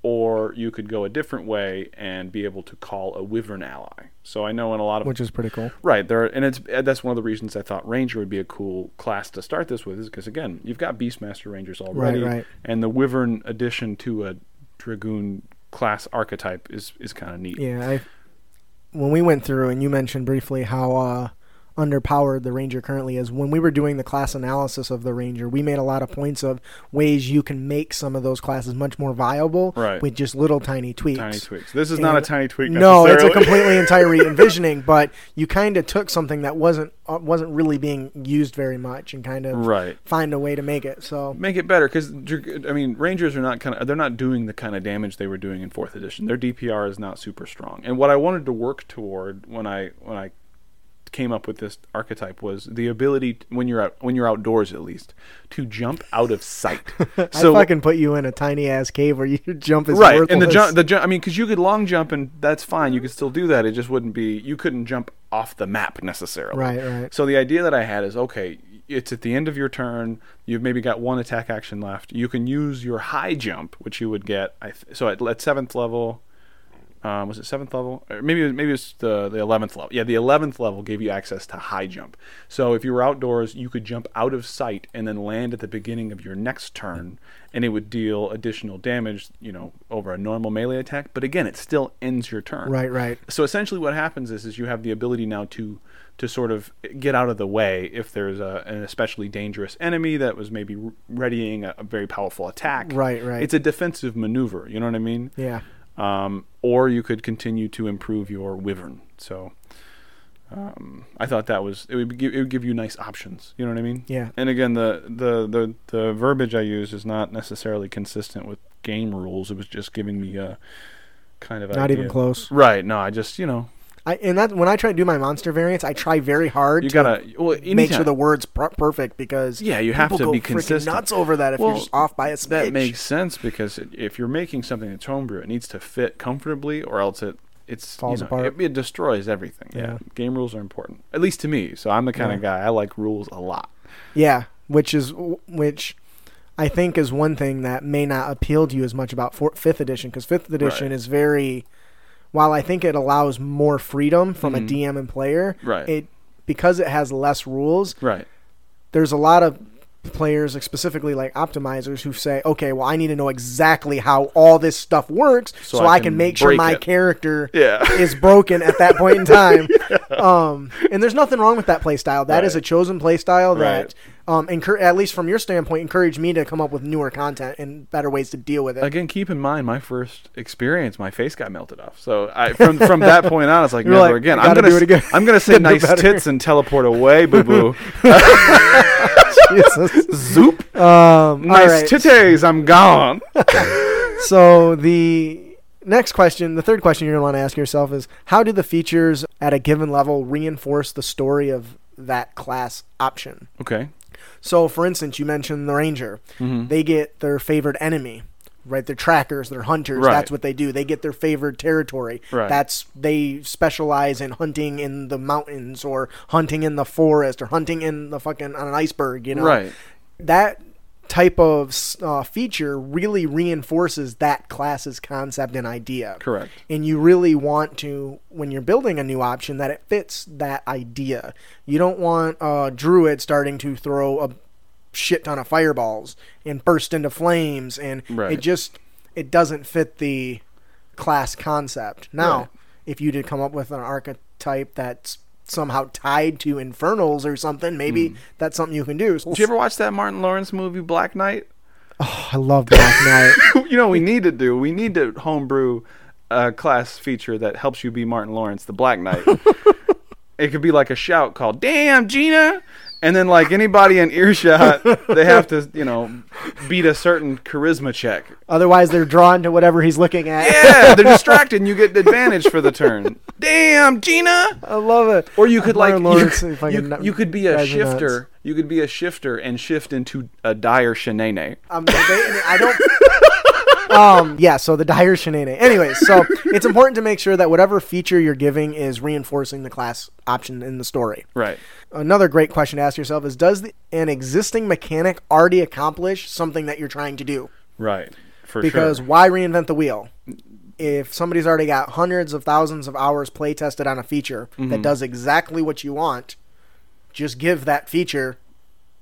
or you could go a different way and be able to call a wyvern ally. So I know in a lot of
which is pretty cool.
right there, are, and it's and that's one of the reasons I thought ranger would be a cool class to start this with, is because again you've got beastmaster rangers already,
right.
and the wyvern addition to a dragoon class archetype is is kind of neat.
Yeah, I when we went through and you mentioned briefly how uh, underpowered the ranger currently is. When we were doing the class analysis of the ranger, we made a lot of points of ways you can make some of those classes much more viable
Right.
with just little tiny tweaks.
Tiny tweaks. This is not a
And-
tiny tweak.
No, it's a
necessarily.
completely entire re-envisioning, but you kind of took something that wasn't uh, wasn't really being used very much and kind of
Right.
find a way to make it. So
make it better because I mean Rangers are not kind of they're not doing the kind of damage they were doing in fourth edition. Their DPR is not super strong. And what I wanted to work toward when I when I came up with this archetype was the ability t- when you're out when you're outdoors at least to jump out of sight. so
I fucking put you in a tiny ass cave where your jump is
right
worthless.
and the jump the jump I mean because you could long jump and that's fine you could still do that. It just wouldn't be you couldn't jump off the map necessarily.
Right, right.
So the idea that I had is okay, it's at the end of your turn. You've maybe got one attack action left. You can use your high jump, which you would get. I th- so at, at seventh level, um, was it seventh level? Or maybe it was- maybe it's the the eleventh level. Yeah, the eleventh level gave you access to high jump. So if you were outdoors, you could jump out of sight and then land at the beginning of your next turn, and it would deal additional damage, you know, over a normal melee attack. But again, it still ends your turn.
Right, right.
So essentially, what happens is, is you have the ability now to to sort of get out of the way if there's a, an especially dangerous enemy that was maybe re- readying a, a very powerful attack.
Right, right.
It's a defensive maneuver. You know what I mean?
yeah.
Um, or you could continue to improve your wyvern. So. Um, I thought that was it would, give, it would give you nice options. You know what I mean?
Yeah.
And again, the, the the the verbiage I used is not necessarily consistent with game rules. It was just giving me a kind of
Not even
idea.
close.
Right? No, I just you know
I and that when I try to do my monster variants, I try very hard
you
to
gotta well anytime,
make sure the words per- perfect because
yeah you have
people
to
go
be
freaking
consistent
nuts over that if
Well,
you're just off by a smidge.
that makes sense because it, if you're making something that's homebrew it needs to fit comfortably or else it it's you
Falls
know,
apart.
it, it destroys everything yeah.
Yeah.
game rules are important at least to me so i'm the kind of guy i like rules a lot
Yeah, which is which I think is one thing that may not appeal to you as much about four, fifth edition because fifth edition
Right.
is very. While I think it allows more freedom from a DM and player,
Mm-hmm. Right.
it because it has less rules,
right
there's a lot of players, specifically like optimizers, who say, okay, well, I need to know exactly how all this stuff works so, I, can, make sure
break
my
it."
character
Yeah.
is broken at that point in time. um, and there's nothing wrong with that play style. That is
Right.
a chosen play style that,
Right.
um, encour- at least from your standpoint, encouraged me to come up with newer content and better ways to deal with it.
again keep in mind my first experience my face got melted off so i from from that point on it's like never
like,
again
"I
i'm
gotta
gonna
do it again."
s- i'm gonna say nice tits and teleport away boo boo
Jesus.
zoop
Um, all
nice
right.
titties i'm gone
So the next question, the third question you're going to want to ask yourself is how do the features at a given level reinforce the story of that class option?
okay
So for instance, you mentioned the ranger.
Mm-hmm.
They get their favored enemy. Right, they're trackers, they're hunters.
Right.
That's what they do. They get their favored territory.
Right.
That's they specialize in hunting in the mountains or hunting in the forest or hunting in the fucking on an iceberg, you know
right
that type of uh, feature really reinforces that class's concept and idea.
Correct.
And you really want to, when you're building a new option, that it fits that idea. You don't want a druid starting to throw a shit ton of fireballs and burst into flames, and
Right.
it just it doesn't fit the class concept. Now,
Right.
if you did come up with an archetype that's somehow tied to infernals or something, maybe that's something you can do.
Hmm. Did you ever watch that Martin Lawrence movie Black Knight?
I love Black Knight.
you know what we need to do? We need to homebrew a class feature that helps you be Martin Lawrence, the Black Knight. it could be like a shout called "Damn Gina," And then, like anybody in earshot, they have to, you know, beat a certain charisma check.
Otherwise, they're drawn to whatever he's looking at.
Yeah, they're distracted, and you get the advantage for the turn. Damn, Gina!
I love it.
Or you could like
Martin Lawrence
you,
fucking
you,
nut-
you could be a
drives me nuts.
shifter. You could be a shifter and shift into a dire shenane.
I'm debating it. I don't. um, yeah, so the dire shenanigans. Anyways, so it's important to make sure that whatever feature you're giving is reinforcing the class option in the story.
Right.
Another great question to ask yourself is Does the, an existing mechanic already accomplish something that you're trying to do?
Right. For
Because
sure.
why reinvent the wheel? If somebody's already got hundreds of thousands of hours play tested on a feature
Mm-hmm.
that does exactly what you want, just give that feature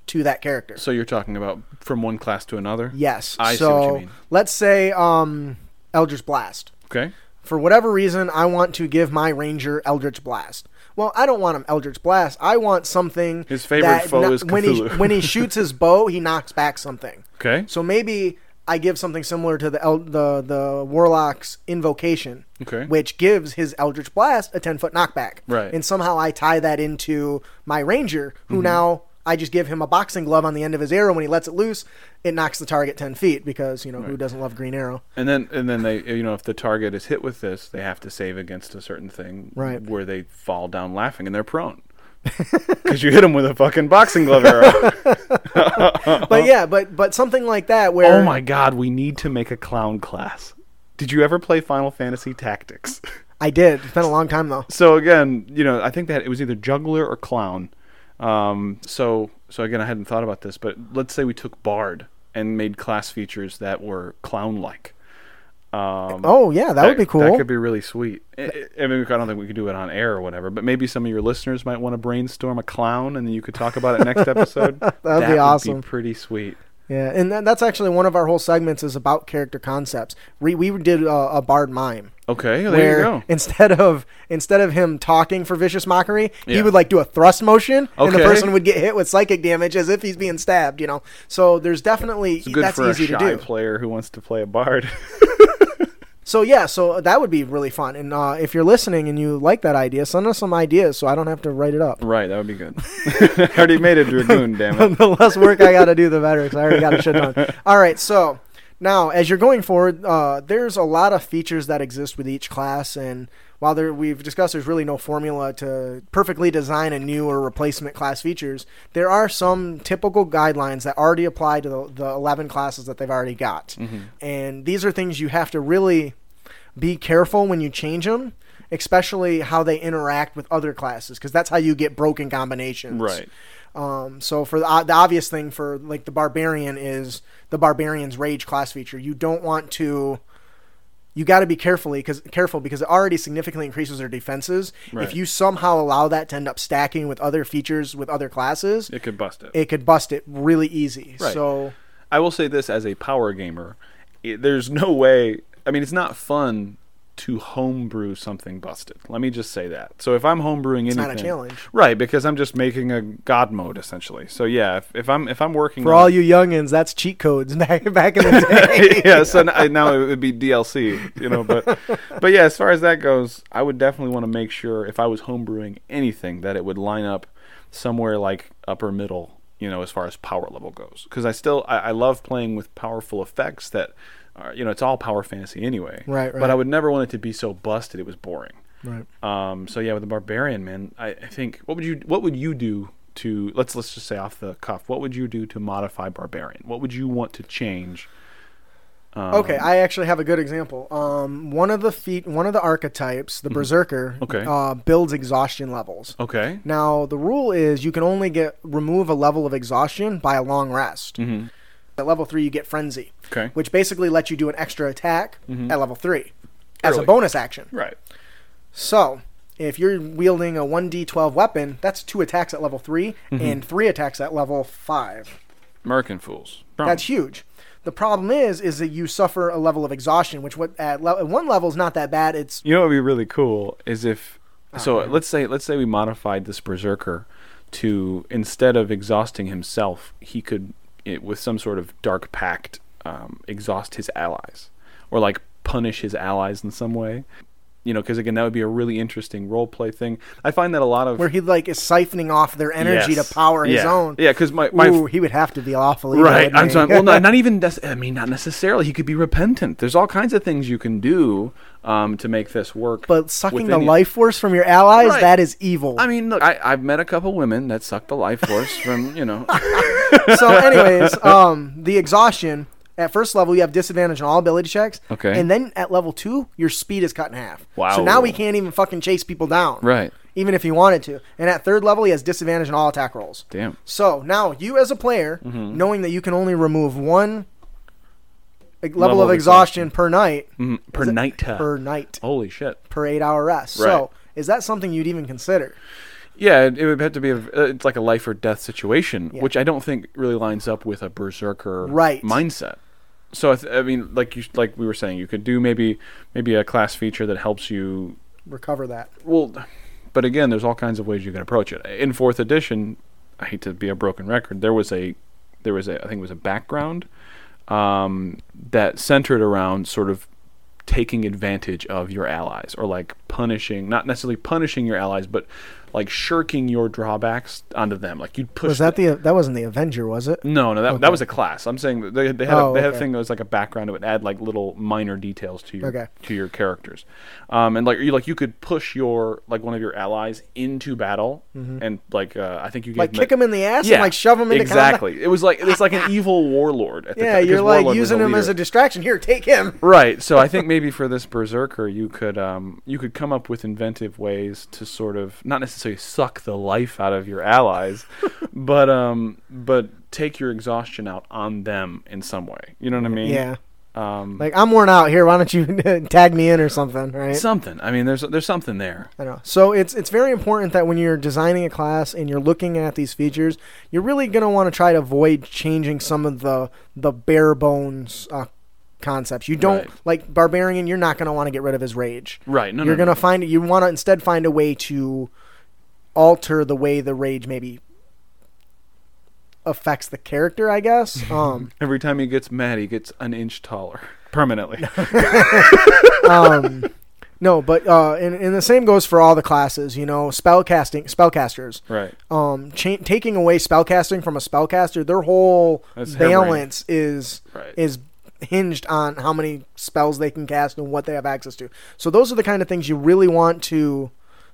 to that character.
So you're talking about from one class to another.
Yes.
I see
so
what you mean.
let's say um, Eldritch Blast.
Okay.
For whatever reason, I want to give my ranger Eldritch Blast. Well, I don't want him Eldritch Blast. I want something.
His favorite foe
kno-
is
when he
Cthulhu.
when he shoots his bow, he knocks back something.
Okay.
So maybe I give something similar to the El- the the Warlock's invocation,
Okay.
which gives his Eldritch Blast a ten foot knockback.
Right. Mm-hmm.
And somehow I tie that into my ranger, who now I just give him a boxing glove on the end of his arrow. When he lets it loose, it knocks the target ten feet because you know who doesn't love green arrow.
And then and then they you know if the target is hit with this, they have to save against a certain thing
Right.
where they fall down laughing and they're prone. Cuz you hit them with a fucking boxing glove arrow.
But yeah, but but something like that where
oh my god, we need to make a clown class. Did you ever play Final Fantasy Tactics?
I did. It's been a long time though.
so again, you know, I think that it was either juggler or clown. Um, so so again, I hadn't thought about this, but let's say we took bard and made class features that were clown-like. Um,
Oh yeah, that, would be cool.
That could be really sweet. I, I mean, I don't think we could do it on air or whatever, but maybe some of your listeners might want to brainstorm a clown, and then you could talk about it next episode. That'd
be awesome.
pretty sweet.
Yeah, and that, that's actually one of our whole segments is about character concepts. We we did uh, a bard mime.
Okay, well, Oh, there
where
you go.
instead of instead of him talking for vicious mockery, he
Yeah.
would like do a thrust motion, and the
Okay.
person would get hit with psychic damage as if he's being stabbed. You know, so there's definitely
It's good
that's
for a
easy to
shy
do.
player who wants to play a bard.
So yeah, so that would be really fun. And uh, if you're listening and you like that idea, send us some ideas so I don't have to write it up.
right, that would be good. I already made a dragoon, damn it.
the less work I got to do, the better. Because I already got a shit done. All right, so now as you're going forward, uh, there's a lot of features that exist with each class, and while there, we've discussed there's really no formula to perfectly design a new or replacement class features, there are some typical guidelines that already apply to the, the 11 classes that they've already got, and these are things you have to really be careful when you change them. Especially how they interact with other classes, because that's how you get broken combinations.
Right.
Um, so for the, the obvious thing for like the barbarian is the barbarian's rage class feature. You don't want to. You got to be carefully because careful because it already significantly increases their defenses. If
Right.
you somehow allow that to end up stacking with other features with other classes,
It could bust it.
it could bust it really easy.
Right.
So
I will say this as a power gamer, it, there's no way. I mean, it's not fun to homebrew something busted. Let me just say that. So if I'm homebrewing anything,
not a challenge.
right? Because I'm just making a god mode essentially. So yeah, if, if I'm if I'm working
for
on-
all you youngins, that's cheat codes back back in the day.
yeah, so now, now it would be DLC, you know. But but yeah, as far as that goes, I would definitely want to make sure if I was homebrewing anything that it would line up somewhere like upper middle, you know, as far as power level goes. Because I still I, I love playing with powerful effects that are you know it's all power fantasy anyway.
Right, right.
But I would never want it to be so busted it was boring.
right.
Um, so yeah, with the barbarian man, I, I think what would you what would you do to let's let's just say off the cuff, what would you do to modify barbarian? What would you want to change? Um,
Okay, I actually have a good example. Um, one of the feet, one of the archetypes, the berserker,
Mm-hmm. Okay.
uh, builds exhaustion levels.
Okay.
Now the rule is you can only get remove a level of exhaustion by a long rest.
Mhm.
At level three, you get frenzy,
Okay.
which basically lets you do an extra attack at level three as a
Early.
bonus action.
Right.
So if you're wielding a one d12 weapon, that's two attacks at level 3
Mm-hmm.
and three attacks at level five.
American fools.
That's huge. The problem is, is that you suffer a level of exhaustion, which what at, le- at one level is not that bad. It's
you know what would be really cool is if
Oh,
so let's say let's say we modified this berserker to instead of exhausting himself, he could it, with some sort of dark pact um, exhaust his allies or like punish his allies in some way. you know, because again, that would be a really interesting role play thing. I find that a lot of
where he like is siphoning off their energy
Yes.
to power his
Yeah.
own.
Yeah, because my, my
Ooh, he would have to be awful. evil,
right.
wouldn't
I'm
he?
sorry. Well, not, not even. Des- I mean, not necessarily. He could be repentant. There's all kinds of things you can do um, to make this work.
but sucking the
within you.
life force from your allies,
Right.
that is evil.
I mean, look, I, I've met a couple women that suck the life force from you know.
so, anyways, um, the exhaustion at first level, you have disadvantage on all ability checks.
Okay.
And then at level two, your speed is cut in half. So
Wow.
now he can't even fucking chase people down.
Right.
Even if he wanted to. And at third level, he has disadvantage on all attack rolls.
Damn.
So now you, as a player,
Mm-hmm.
knowing that you can only remove one like, level,
Level
of
of
exhaustion per night,
Mm, per night.
per night,
Holy shit.
per eight hour rest.
Right.
So is that something you'd even consider?
Yeah, it, it would have to be a, uh, it's like a life or death situation,
Yeah.
which I don't think really lines up with a berserker
Right.
mindset. So I, th- I mean, like you like we were saying, you could do maybe maybe a class feature that helps you.
Recover that.
Well, but again, there's all kinds of ways you can approach it. In fourth edition, I hate to be a broken record. There was a there was a I think it was a background um, that centered around sort of taking advantage of your allies or like punishing not necessarily punishing your allies but like shirking your drawbacks onto them like you'd push
Was that the that wasn't the Avenger, was it?
no no that,
Okay.
that was a class i'm saying that they, they had,
Oh,
a, they had
okay.
a thing that was like a background that would add like little minor details to your
Okay.
to your characters um, and like you like you could push your like one of your allies into battle and like uh, i think you gave
Mm-hmm. Like
them
kick
a-
him in the ass and like shove him into combat?
exactly. It was like it's like an evil warlord. At the
Yeah,
time,
you're
'cause
like
warlord was
using
a
him as
leader.
a distraction. Here, take him.
Right. So I think maybe for this berserker, you could um, you could come up with inventive ways to sort of not necessarily suck the life out of your allies, but um, but take your exhaustion out on them in some way. You know what I mean?
Yeah.
Um,
Like I'm worn out here. Why don't you tag me in or something, right?
something. I mean, there's there's something there.
I know. So it's it's very important that when you're designing a class and you're looking at these features, you're really gonna want to try to avoid changing some of the the bare bones uh, concepts. You don't
Right.
like barbarian. You're not gonna want to get rid of his rage.
Right. No.
you're
no,
gonna find you want to instead find a way to alter the way the rage maybe affects the character. I guess. Um.
no. every time he gets mad, he gets an inch taller permanently.
um, no, but uh, and, and the same goes for all the classes. You know, spellcasting, spellcasters.
right.
Um, cha- taking away spellcasting from a spellcaster, their whole
That's hammering.
balance is
Right.
is hinged on how many spells they can cast and what they have access to. So those are the kind of things you really want to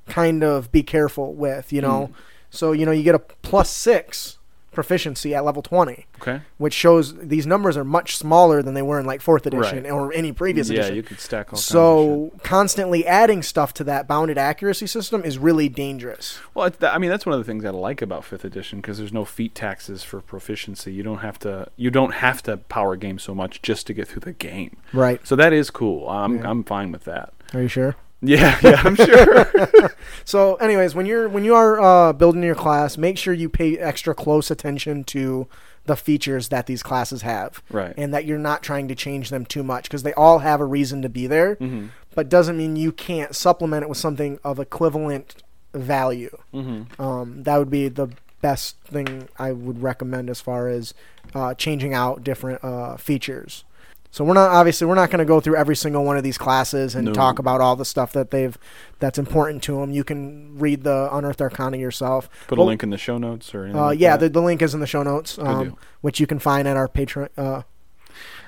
kind of be careful with. You
Hmm.
know, so you know you get a plus six proficiency at level twenty.
Okay.
Which shows these numbers are much smaller than they were in like fourth edition
Right.
or any previous
Yeah,
edition.
you could stack all. kinds of shit.
So constantly adding stuff to that bounded accuracy system is really dangerous.
Well, it's tha- I mean, that's one of the things I like about fifth edition because there's no feat taxes for proficiency. You don't have to you don't have to power game so much just to get through the game.
Right.
So that is cool. I'm
Yeah.
I'm fine with that.
Are you sure?
Yeah, yeah, I'm sure.
So, anyways, when you're when you are uh, building your class, make sure you pay extra close attention to the features that these classes have,
Right.
And that you're not trying to change them too much because they all have a reason to be there, but doesn't mean you can't supplement it with something of equivalent value.
Mm-hmm.
Um, that would be the best thing I would recommend as far as uh, changing out different uh, features. So we're not obviously we're not going to go through every single one of these classes and
No.
talk about all the stuff that they've that's important to them. You can read the Unearthed Arcana yourself.
Put a
Well,
link in the show notes or anything.
Uh,
like
yeah, the,
that.
the link is in the show notes, um,
deal.
which you can find at our Patreon. Uh,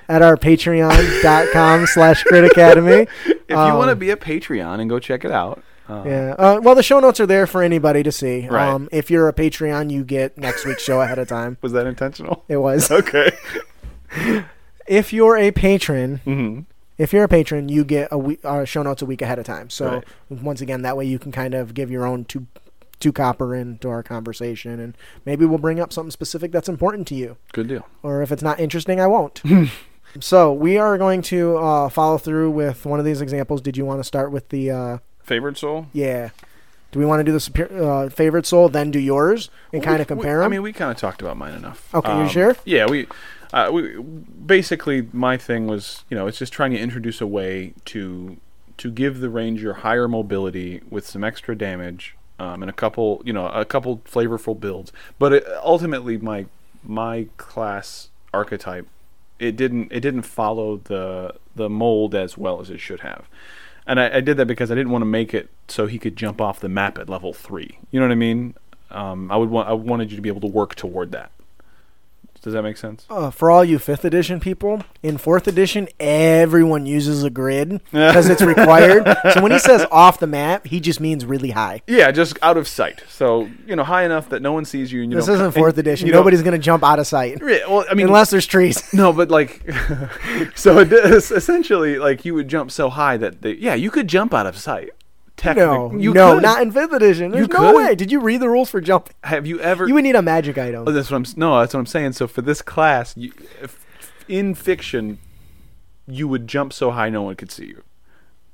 at our patreon.com slash crit academy
if you
um,
want to be a Patreon and go check it out. Uh,
yeah uh, well the show notes are there for anybody to see
Right.
um, if you're a patreon you get next week's show ahead of time
Was that intentional?
it was
Okay.
if you're a patron
hmm
if you're a patron, you get a week, uh, show notes a week ahead of time. So
Right.
once again, that way you can kind of give your own two two copper into our conversation, and maybe we'll bring up something specific that's important to you.
Good deal.
Or if it's not interesting, I won't. so we are going to uh, follow through with one of these examples. Did you want to start with the uh,
Favorite soul.
yeah? Do we want to do the superior, uh, favorite soul, then do yours, and
We-
kind of
we-
compare them?
I mean, we kind of talked about mine enough. Um,
Okay, you sure?
Yeah, we, uh, we basically my thing was you know it's just trying to introduce a way to to give the ranger higher mobility with some extra damage um, and a couple you know a couple flavorful builds, but it, ultimately my my class archetype it didn't it didn't follow the the mold as well as it should have. And I, I did that because I didn't want to make it so he could jump off the map at level three. You know what I mean? Um, I would want I wanted you to be able to work toward that. Does that make sense?
uh, for all you fifth edition people, in fourth edition, everyone uses a grid because it's required. so when he says off the map, he just means really high.
Yeah, just out of sight. So you know, high enough that no one sees you. And you
This
don't-
isn't
and
fourth edition.
you don't-
Nobody's gonna jump out of sight
Yeah, well, I mean,
unless there's trees.
No, but like, so it is essentially, like you would jump so high that they, yeah, you could jump out of sight.
No,
Technically, you
no,
could.
not in fifth edition. There's no
could.
way. Did you read the rules for jumping?
Have you ever?
You would need a magic item.
Oh, that's what I'm. s- No, that's what I'm saying. So for this class, you, if, in fiction, you would jump so high no one could see you.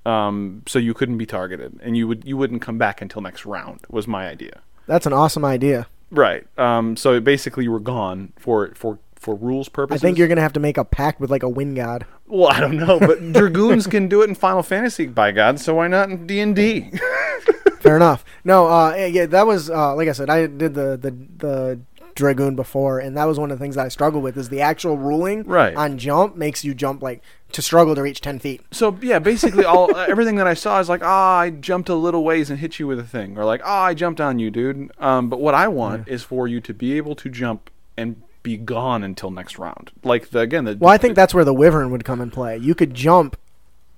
Um, so you couldn't be targeted, and you would you wouldn't come back until next round. Was my idea.
That's an awesome idea.
Right. Um. So basically, you were gone for for for rules
I
purposes.
think you're gonna have to make a pact with like a wind god.
Well, I don't know, but dragoons can do it in Final Fantasy, by God. So why not in D and D?
Fair enough. No, uh, eh, yeah, that was uh, like I said, I did the the the dragoon before, and that was one of the things that I struggled with is the actual ruling
Right.
on jump makes you jump like to struggle to reach ten feet.
So yeah, basically all uh, everything that I saw is like, ah, I jumped a little ways and hit you with a thing, or like, ah, I jumped on you, dude. Um, but what I want is for you to be able to jump and be gone until next round. Like the, again, the
Well, I think that's where the wyvern would come in play. You could jump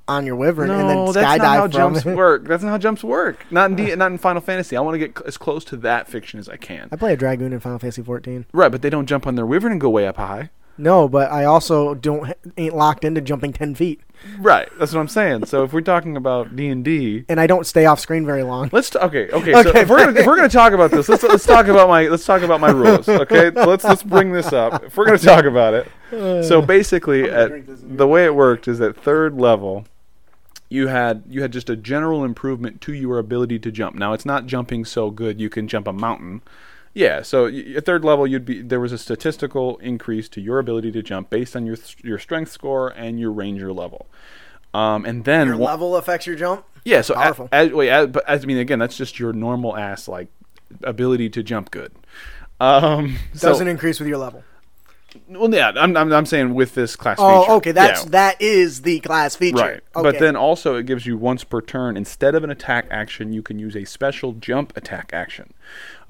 on your wyvern
no,
and then
that's
skydive
not how
from
jumps
it.
work. That's not how jumps work. Not in D, not in Final Fantasy. I want to get cl- as close to that fiction as I can.
I play a dragoon in Final Fantasy 14.
Right, but they don't jump on their wyvern and go way up high.
No, but I also don't ain't locked into jumping ten feet,
Right, that's what I'm saying. So if we're talking about D and D,
and I don't stay off screen very long.
Let's t- okay, okay. So
Okay,
if we're gonna, if we're gonna talk about this, let's let's talk about my let's talk about my rules. Okay, So let's let's bring this up. If we're gonna talk about it, so basically, at, the way it worked is at third level, you had you had just a general improvement to your ability to jump. Now it's not jumping so good you can jump a mountain. Yeah, so y- at third level, you'd be there was a statistical increase to your ability to jump based on your th- your strength score and your ranger level. Um, and then
Your
wa-
level affects your jump.
yeah, so a-
Powerful.
as, wait, as, but as, I mean, again, that's just your normal ass like ability to jump good. Um, so,
Doesn't increase with your level.
well, yeah, I'm, I'm, I'm saying with this class.
Oh,
feature.
okay. That's
Yeah.
that is the class feature.
Right,
Okay.
but then also it gives you once per turn instead of an attack action, you can use a special jump attack action.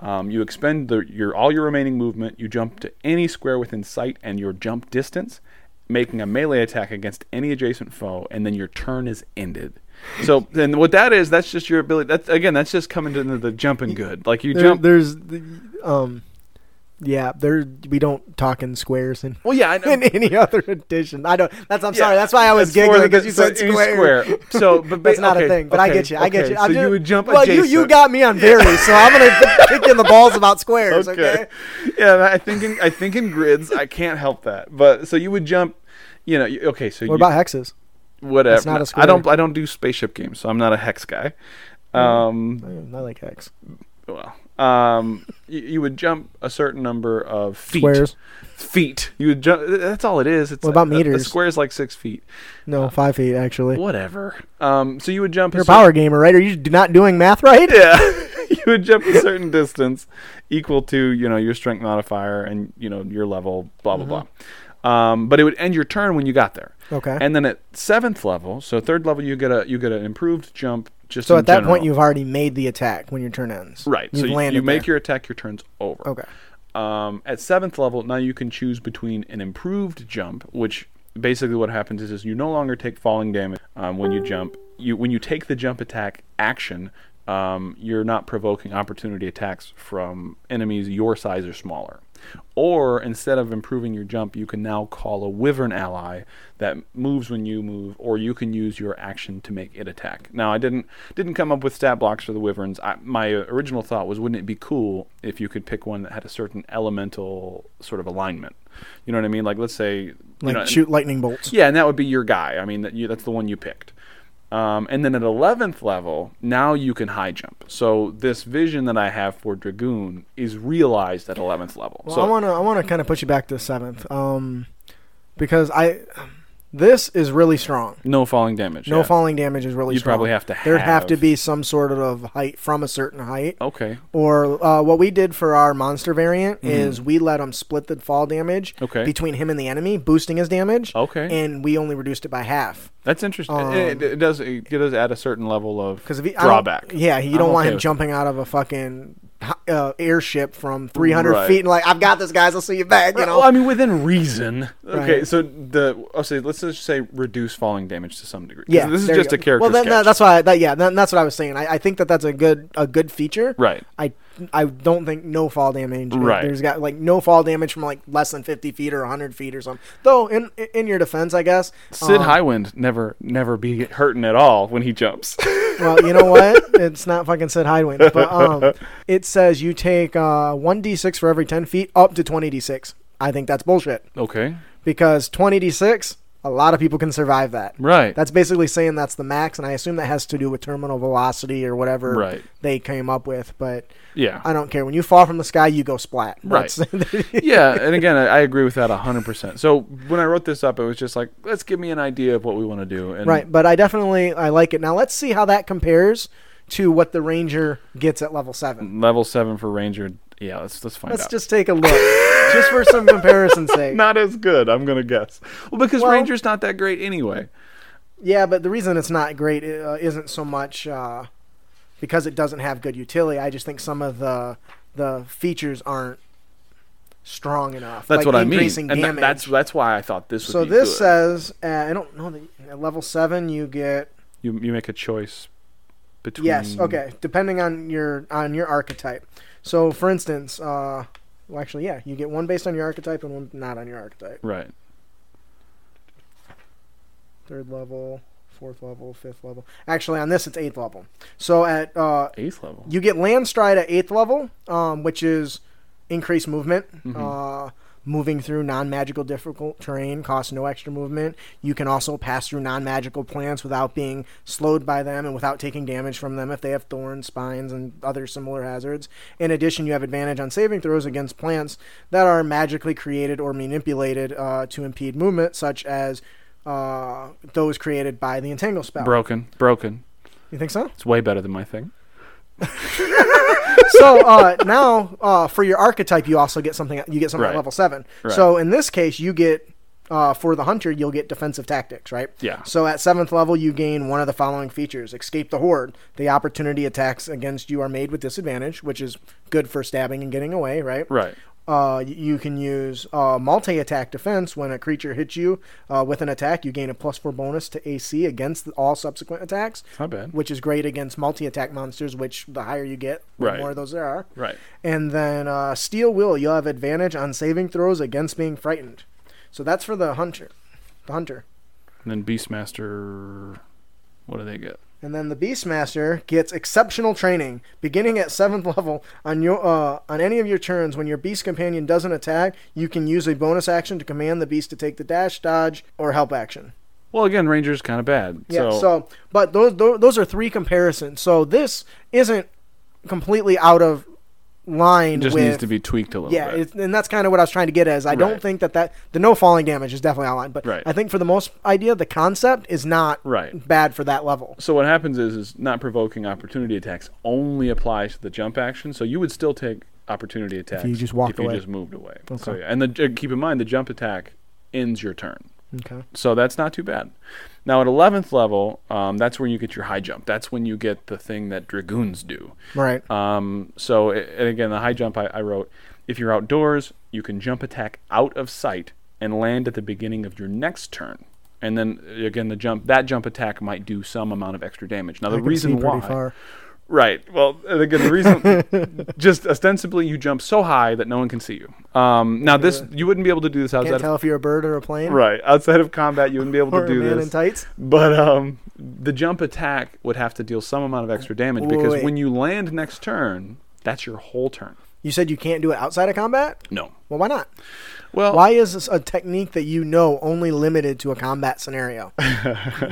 Um, you expend the, your all your remaining movement. You jump to any square within sight and your jump distance, making a melee attack against any adjacent foe, and then your turn is ended. So then, what that is, that's just your ability. That's again, that's just coming to the, the jumping good. Like you
There-
jump.
There's, the- um, yeah, there. We don't talk in squares and
well, yeah, I know.
in any other edition. I don't. That's. I'm
Yeah,
sorry. That's why I was
that's for
giggling
the-
because you said
so any
square.
So, but
That's
ba-
not
okay,
a thing. But I
okay,
get you. I get
okay.
you.
So
I'm
you
just-
would jump.
Well, you you
adjacent.
got me on varies, so I'm gonna kick in the balls about squares. Okay.
"Eh." Yeah, I think in, I think in grids I can't help that. But so you would jump, you know. You, okay, so
What
you,
about hexes?
whatever.
It's not a
I don't
square. Mm.
I don't do spaceship games, so I'm not a hex guy. Um,
I like hex.
well, um, you, you would jump a certain number of feet.
Squares.
Feet. You would jump. That's all it is. It's
What about
a- a- A
meters?
square is like six feet.
No, five feet actually.
Whatever. Um, so you would jump. a
You're a
certain-
power gamer, right? Are you d- not doing math right?
Yeah. you would jump a certain distance equal to, you know, your strength modifier and, you know, your level, blah,
Mm-hmm.
blah, blah. Um, but it would end your turn when you got there.
Okay.
And then at seventh level, so third level, you get a you get an improved jump. Just
So
in
at that point,
general.
you've already made the attack when your turn ends.
right.
You've
so you,
landed
you make
there.
your attack, your turn's over.
Okay.
Um, at seventh level, now you can choose between an improved jump, which basically what happens is, is you no longer take falling damage um, when you jump. You when you take the jump attack action, um, you're not provoking opportunity attacks from enemies your size or smaller. Or instead of improving your jump, you can now call a wyvern ally that moves when you move, or you can use your action to make it attack. Now, I didn't didn't come up with stat blocks for the wyverns. I, my original thought was, wouldn't it be cool if you could pick one that had a certain elemental sort of alignment? You know what I mean? Like, let's say, you
Like
know,
shoot lightning bolts.
yeah, and that would be your guy. I mean, that you, that's the one you picked. Um, and then at 11th level, now you can high jump. So this vision that I have for Dragoon is realized at 11th level.
Well,
so
I want to I want to kind of put you back to seventh, um, because I This is really strong.
No falling damage.
No
yeah.
falling damage is really
You
strong.
probably have to
There'd have to
have- Oh.
be some sort of height from a certain height.
Okay.
Or uh, what we did for our monster variant is we let him split the fall damage
Mm-hmm. Okay.
between him and the enemy, boosting his damage.
Okay.
And we only reduced it by half.
That's interesting.
Um,
it, it does it does add a certain level of
Because if he, I don't-
drawback.
yeah, you
I'm
don't want
okay
him
with
jumping out of a fucking uh, airship from 300
Right.
feet and like, I've got this, guys. I'll see you back. You know.
Well, I mean, within reason. Okay,
Right.
so the oh, say let's just say reduce falling damage to some degree. 'Cause
yeah,
this is
there you
just
go.
a character.
Well, then,
sketch.
that's why. I, that, yeah, then that's what I was saying. I, I think that that's a good a good feature.
right.
I I don't think no fall damage.
Right.
There's got like no fall damage from like less than 50 feet or 100 feet or something. Though in in your defense, I guess.
Sid
um,
Highwind never never be hurting at all when he jumps.
Well, you know what? It's not fucking Sid Highwind, but um, it says you take uh, one d6 for every 10 feet up to 20 d6. I think that's bullshit
okay,
because 20 d6, a lot of people can survive that.
right.
That's basically saying that's the max, and I assume that has to do with terminal velocity or whatever
Right.
they came up with. But
yeah,
I don't care. When you fall from the sky, you go splat.
Right.
That's-
yeah. And again, I, I agree with that hundred percent. So when I wrote this up, it was just like let's give me an idea of what we want to do. And
Right, but I definitely I like it. Now let's see how that compares to what the ranger gets at level seven.
level seven for ranger. Yeah, let's let's find
Let's
out.
just take a look, just for some comparison's sake.
not as good. I'm gonna guess. Well, because
Well-
ranger's not that great anyway.
Yeah, but the reason it's not great uh, isn't so much uh, because it doesn't have good utility. I just think some of the the features aren't strong enough.
That's
like
what I mean.
increasing
And tha-
damage.
that's that's why I thought this. Would
so
be
this
good.
says uh, I don't know the at level seven you get
you you make a choice between.
Yes. Okay. Depending on your on your archetype. So, for instance, uh, well, actually, yeah, you get one based on your archetype and one not on your archetype.
Right.
Third level, fourth level, fifth level. Actually, on this, it's eighth level. So at uh,
Eighth level.
you get land stride at eighth level, um, which is increased movement. Uh, Moving through non-magical difficult terrain costs no extra movement. You can also pass through non-magical plants without being slowed by them and without taking damage from them if they have thorns, spines, and other similar hazards. In addition, you have advantage on saving throws against plants that are magically created or manipulated uh, to impede movement, such as uh, those created by the entangle spell.
Broken. Broken.
You think so?
It's way better than my thing.
so uh, now uh, for your archetype you also get something you get something
Right.
at level seven
Right.
so in this case you get uh, for the hunter you'll get defensive tactics right
Yeah.
so at seventh level you gain one of the following features escape the horde the opportunity attacks against you are made with disadvantage which is good for stabbing and getting away right
Right.
uh, y- you can use uh, multi attack defense. When a creature hits you uh, with an attack, you gain a plus four bonus to AC against all subsequent attacks,
Not bad.
which is great against multi attack monsters, which the higher you get, the
Right.
more of those there are.
Right.
And then uh, Steel Will, you'll have advantage on saving throws against being frightened. So that's for the Hunter. The Hunter.
And then Beastmaster. What do they get?
And then the Beastmaster gets exceptional training, beginning at seventh level. On your uh, on any of your turns, when your beast companion doesn't attack, you can use a bonus action to command the beast to take the dash, dodge, or help action.
Well, again, ranger's kind of bad.
Yeah. So,
So,
but those, those those are three comparisons. So this isn't completely out of
it
line.
just
with,
needs to be tweaked a little
Yeah,
bit.
it's, and that's kind of what I was trying to get at. Is I
Right.
don't think that that the no falling damage is definitely outlined, but
Right.
I think for the most idea, the concept is not
Right.
bad for that level.
so what happens is, is not provoking opportunity attacks only applies to the jump action. So you would still take opportunity attacks
just walked
if you
away.
just moved away. So yeah, and the, uh, keep in mind the jump attack ends your turn.
Okay.
So that's not too bad. Now at eleventh level, um, that's where you get your high jump. That's when you get the thing that dragoons do.
Right.
Um, so a- and again, the high jump I, I wrote. If you're outdoors, you can jump attack out of sight and land at the beginning of your next turn. And then uh, again, the jump that jump attack might do some amount of extra damage. Now the
I can
reason
see pretty
why,
far.
right? Well, and again, the reason just ostensibly you jump so high that no one can see you. Um, now this you wouldn't be able to do this outside
Can't
of
tell if you're a bird or a plane.
Right. Outside of combat, you wouldn't be able
Or
to
a
do
man
this.
in tights.
But um, the jump attack would have to deal some amount of extra damage because
Wait.
when you land next turn, that's your whole turn.
You said you can't do it outside of combat.
No.
Well, why not?
Well,
Why is this a technique that you know only limited to a combat scenario?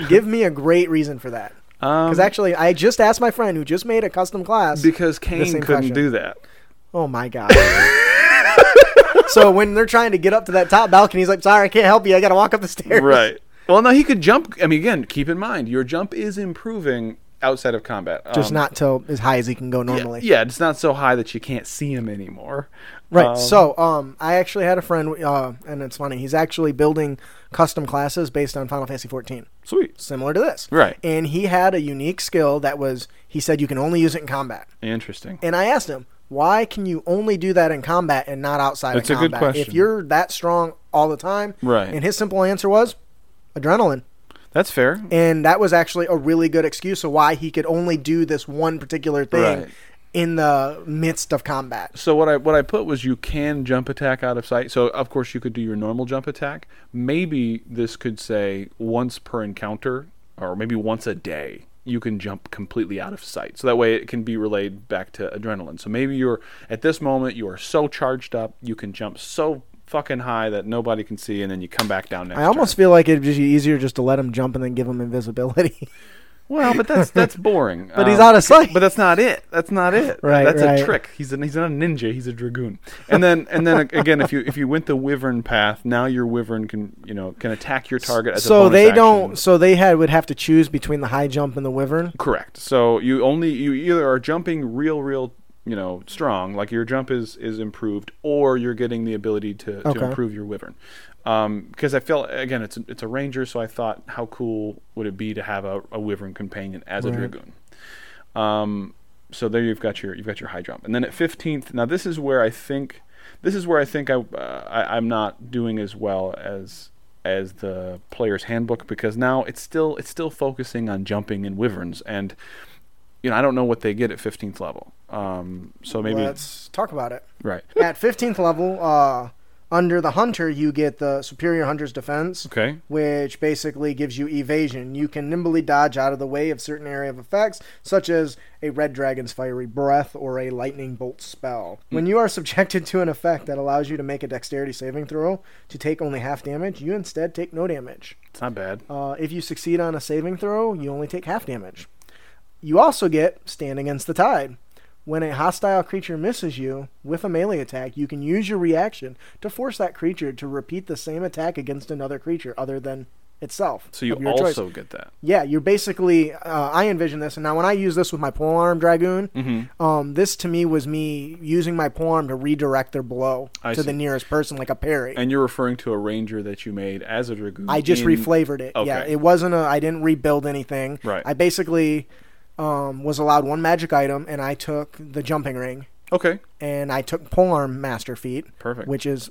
Give me a great reason for that.
Um,
Because actually, I just asked my friend who just made a custom class.
because Kane
same
couldn't
fashion.
do that.
Oh my god. so when they're trying to get up to that top balcony, he's like, "Sorry, I can't help you. I got to walk up the stairs."
Right. Well, no, he could jump. I mean, again, keep in mind your jump is improving outside of combat.
Just
Um,
not till as high as he can go normally.
Yeah, it's not so high that you can't see him anymore.
Right.
Um,
so, um, I actually had a friend, uh, and it's funny. He's actually building custom classes based on Final Fantasy 14,
sweet.
similar to this.
Right.
And he had a unique skill that was he said you can only use it in combat.
Interesting.
And I asked him, why can you only do that in combat and not outside
That's a
of
good
combat?
question.
If you're that strong all the time,
Right.
And his simple answer was adrenaline.
That's fair.
And that was actually a really good excuse of why he could only do this one particular thing
Right.
in the midst of combat.
So what I what I put was you can jump attack out of sight. So of course you could do your normal jump attack. Maybe this could say once per encounter, or maybe once a day. You can jump completely out of sight. So that way it can be relayed back to adrenaline. So maybe you're at this moment you are so charged up, you can jump so fucking high that nobody can see, and then you come back down next.
I almost
turn.
feel like it'd just be easier just to let him jump and then give him invisibility.
well, but that's that's boring. um,
But he's out of sight.
But that's not it. That's not it.
Right,
That's a
right.
trick. He's an, he's not a ninja. He's a dragoon. And then and then ag- again, if you if you went the wyvern path, now your wyvern can you know can attack your target. As a
so
bonus
they
action.
don't. So they had would have to choose between the high jump and the wyvern.
Correct. So you only you either are jumping real real you know strong like your jump is is improved or you're getting the ability to,
Okay.
to improve your wyvern because i feel again it's it's a ranger so i thought how cool would it be to have a, a wyvern companion as a dragoon um, so there you've got your you've got your high jump, and then at fifteenth. Now this is where I think this is where I think I, uh, I I'm not doing as well as as the player's handbook because now it's still it's still focusing on jumping and wyverns, and you know I don't know what they get at fifteenth level. Um, so maybe
Let's talk about it.
right.
At fifteenth level, uh, under the hunter, you get the superior hunter's defense,
Okay.
which basically gives you evasion. You can nimbly dodge out of the way of certain area of effects, such as a red dragon's fiery breath or a lightning bolt spell. When you are subjected to an effect that allows you to make a dexterity saving throw to take only half damage, you instead take no damage.
It's not bad.
Uh, if you succeed on a saving throw, you only take half damage. You also get Stand Against the Tide. When a hostile creature misses you with a melee attack, you can use your reaction to force that creature to repeat the same attack against another creature other than itself.
So you
of your choice.
also get that.
Yeah, you're basically. Uh, I envision this, and now when I use this with my polearm dragoon,
Mm-hmm.
um, this to me was me using my polearm to redirect their blow
I
to
see.
the nearest person, like a parry.
And you're referring to a ranger that you made as a dragoon.
I just
in-
reflavored it. Yeah,
Okay.
it wasn't a. I didn't rebuild anything.
Right.
I basically um, was allowed one magic item, and I took the jumping ring,
Okay.
and I took polearm master feat.
Perfect.
Which is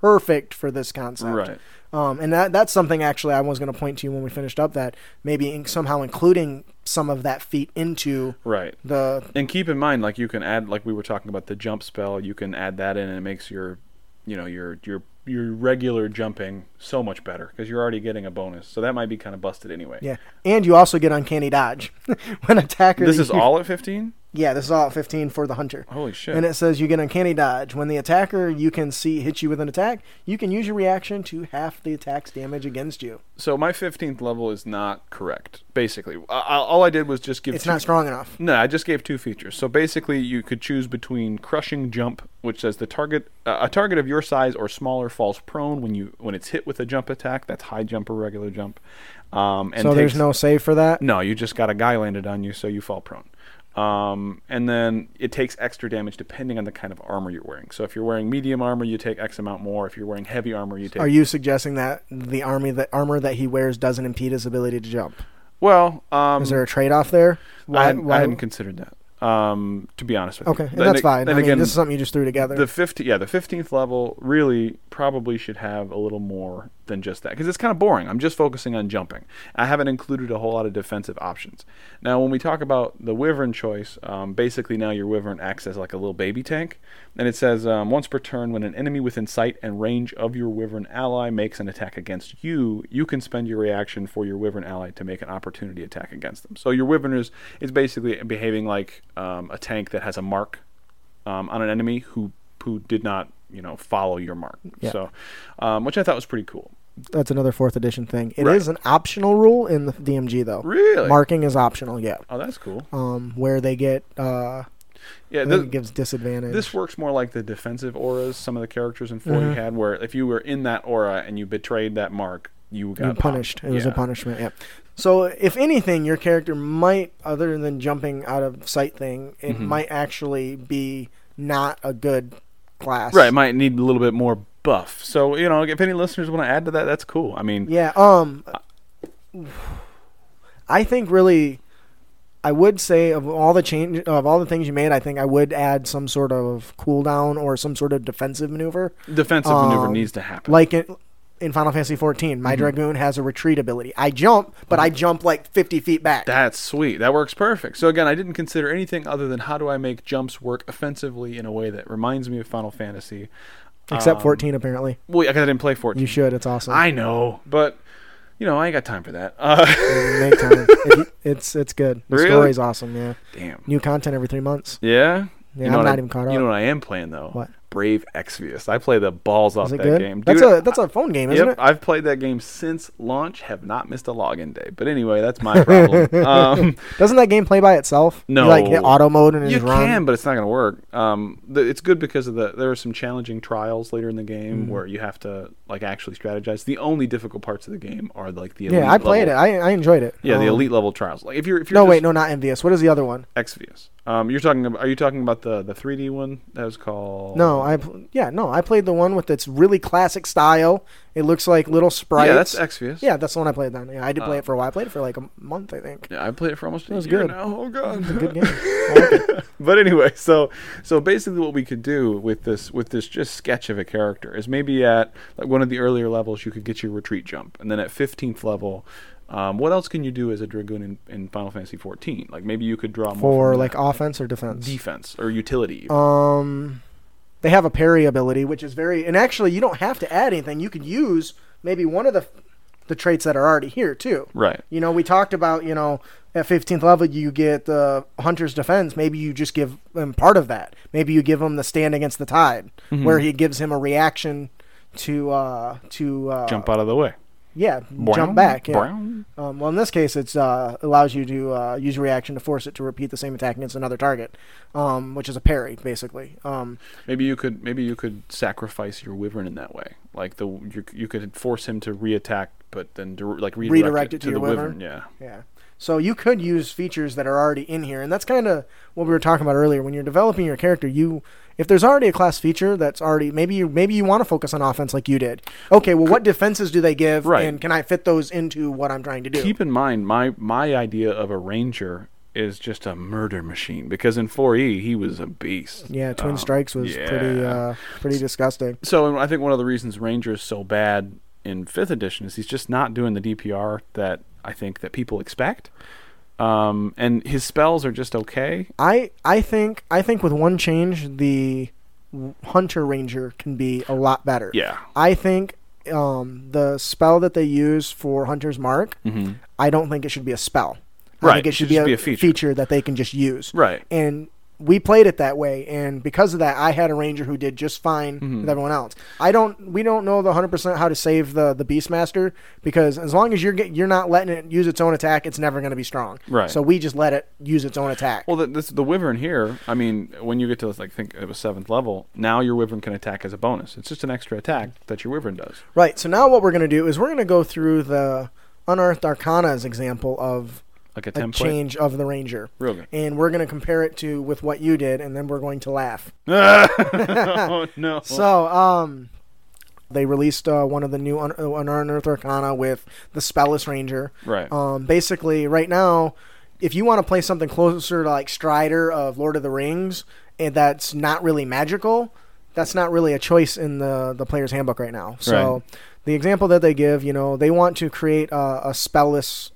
perfect for this concept.
Right.
Um, and that that's something actually I was going to point to you when we finished up that maybe in, somehow including some of that feat into
Right.
the
And keep in mind, like you can add, like we were talking about the jump spell, you can add that in, and it makes your, you know, your your your regular jumping so much better because you're already getting a bonus. So that might be kind of busted anyway.
yeah. And you also get uncanny dodge when attacker.
This
that
is
you-
all at 15.
Yeah, this is all at 15 for the hunter.
Holy shit.
And it says you get uncanny dodge. When the attacker you can see hits you with an attack, you can use your reaction to half the attack's damage against you.
So my 15th level is not correct. Basically, I, I- all I did was just give.
It's
two-
not strong enough.
No, I just gave two features. So basically, you could choose between crushing jump, which says the target uh, a target of your size or smaller falls prone when you when it's hit with a jump attack. That's high jump or regular jump. Um, and
so there's
takes-
no save for that.
No, you just got a guy landed on you, so you fall prone. Um, and then it takes extra damage depending on the kind of armor you're wearing. So if you're wearing medium armor, you take X amount more. If you're wearing heavy armor, you take.
Are you suggesting that the army that armor that he wears doesn't impede his ability to jump?
well, um,
Is there a trade-off there?
I, hadn't, I hadn't considered that. Um, to be honest with
okay,
you.
and
Then
that's
a-
fine. I
then
mean,
again,
this is something you just threw together.
the 50 yeah the 15th level really probably should have a little more than just that because it's kind of boring i'm just focusing on jumping i haven't included a whole lot of defensive options now when we talk about the wyvern choice um, basically now your wyvern acts as like a little baby tank and it says um, once per turn when an enemy within sight and range of your wyvern ally makes an attack against you you can spend your reaction for your wyvern ally to make an opportunity attack against them so your wyvern is, is basically behaving like um, a tank that has a mark um, on an enemy who who did not you know follow your mark. So, um, which I thought was pretty cool.
that's another fourth edition thing. It is
Right.
an optional rule in the DMG though.
Really?
Marking is optional. Yeah.
Oh, that's cool.
Um, where they get uh,
Yeah,
I think
this,
it gives disadvantage.
this works more like the
Mm-hmm.
defensive auras some of the characters in 4 had, where if you were in that aura and you betrayed that mark, you got
You're punished. It was a
Yeah.
punishment. Yeah. So if anything, your character might, other than jumping out of sight thing, it
Mhm.
might actually be not a good class.
Right, might need a little bit more buff. So you know, if any listeners want to add to that, that's cool. I mean,
Yeah. Um, I think really, I would say of all the change of all the things you made, I think I would add some sort of cooldown or some sort of defensive maneuver,
defensive maneuver
Um,
needs to happen. Mm-hmm.
like in, in Final Fantasy 14. My dragoon has a retreat ability. I jump, but I jump like 50 feet back.
That's sweet. That works perfect. So again, I didn't consider anything other than how do I make jumps work offensively in a way that reminds me of Final Fantasy.
except
um,
14, apparently.
Well, I didn't play 14.
You should. It's awesome.
I know, but you know, I ain't got time for that. Uh,
Make time. If you- it's it's good. The
Really?
story's awesome. Yeah.
damn.
New content every three months.
Yeah.
Yeah,
You know
I'm not
what I-
even caught up.
You know what I am playing though?
What?
Brave Exvius. I play the balls off
Is it
that
good?
game.
that's
Dude,
a that's a phone game, isn't
Yep, I've played that game since launch. Have not missed a login day. But anyway, that's my problem. um,
it? Doesn't that game play by itself? You,
No.
like hit auto mode and it
you
just run.
can, but it's not going to work. Um, th- it's good because of the there are some challenging trials later in the
Mm-hmm.
game where you have to like actually strategize. The only difficult parts of the game are like the elite
Yeah, I played
level-
it. I, I enjoyed it.
Yeah, the
Um,
elite level trials. Like if you're if you're
No,
just
wait, no, not envious. What is the other one?
Exvius. Um, you're talking about are you talking about the the 3D one that was called
No, I pl- yeah, no, I played the one with its really classic style. It looks like little sprites.
Yeah, that's Exvius.
yeah, that's the one I played then. Yeah, I did play
Uh,
it for a while. I played it for like a month, I think.
Yeah, I played it for almost a
That was
year
good.
now. Oh
It's
god.
a good game. I like it.
but anyway, so so basically, what we could do with this with this just sketch of a character is maybe at like one of the earlier levels you could get your retreat jump, and then at fifteenth level, um, what else can you do as a dragoon in, in Final Fantasy fourteen? Like maybe you could draw more
For
from
like
that.
offense or defense.
defense or utility.
Um, they have a parry ability, which is very. And actually, you don't have to add anything. You could use maybe one of the the traits that are already here too.
right.
You know, we talked about you know at 15th level you get the hunter's defense. Maybe you just give him part of that. Maybe you give him the stand against the tide,
Mm-hmm.
where he gives him a reaction to uh to uh,
Jump out of the way.
Yeah,
Boing,
jump back. Yeah.
boing.
Um, well, in this case, it's uh, allows you to uh, use your reaction to force it to repeat the same attack against another target, um, which is a parry, basically. Um,
Maybe you could maybe you could sacrifice your wyvern in that way. Like the you, you could force him to reattack, but then dir- like redirect,
Redirect it to
the
your
wyvern.
wyvern?
Yeah.
yeah. So you could use features that are already in here, and that's kind of what we were talking about earlier. When you're developing your character, you if there's already a class feature that's already maybe you maybe you want to focus on offense like you did. Okay, well, what defenses do they give,
Right.
and can I fit those into what I'm trying to do?
Keep in mind, my my idea of a ranger is just a murder machine because in 4E he was a beast.
yeah, Twin
Um,
Strikes was pretty
yeah.
uh, pretty disgusting.
So and I think one of the reasons Ranger is so bad in fifth edition is he's just not doing the DPR that I think that people expect. Um, and his spells are just okay.
I I think I think with one change, the Hunter Ranger can be a lot better.
Yeah.
I think um, the spell that they use for Hunter's Mark,
Mhm.
I don't think it should be a spell. I
Right,
think
it
it should
should
be
just
a,
be a feature.
feature. that they can just use.
Right.
And we played it that way, and because of that, I had a ranger who did just fine
Mm-hmm.
with everyone else. I don't. We don't know the hundred percent how to save the the Beastmaster because as long as you're get, you're not letting it use its own attack, it's never going to be strong.
Right.
So we just let it use its own attack.
Well, the, this, the wyvern here. I mean, when you get to like think it was seventh level, now your wyvern can attack as a bonus. It's just an extra attack that your wyvern does.
Right. So now what we're going to do is we're going to go through the unearthed arcana's example of
Like a
a
template.
change of the ranger.
Real good.
And we're going to compare it to with what you did and then we're going to laugh.
oh no.
So, um they released uh, one of the new un- uh, unearthed arcana with the spellless ranger.
Right.
Um basically right now if you want to play something closer to like Strider of Lord of the Rings and that's not really magical, that's not really a choice in the the player's handbook right now. So
Right.
the example that they give, you know, they want to create a, a spellless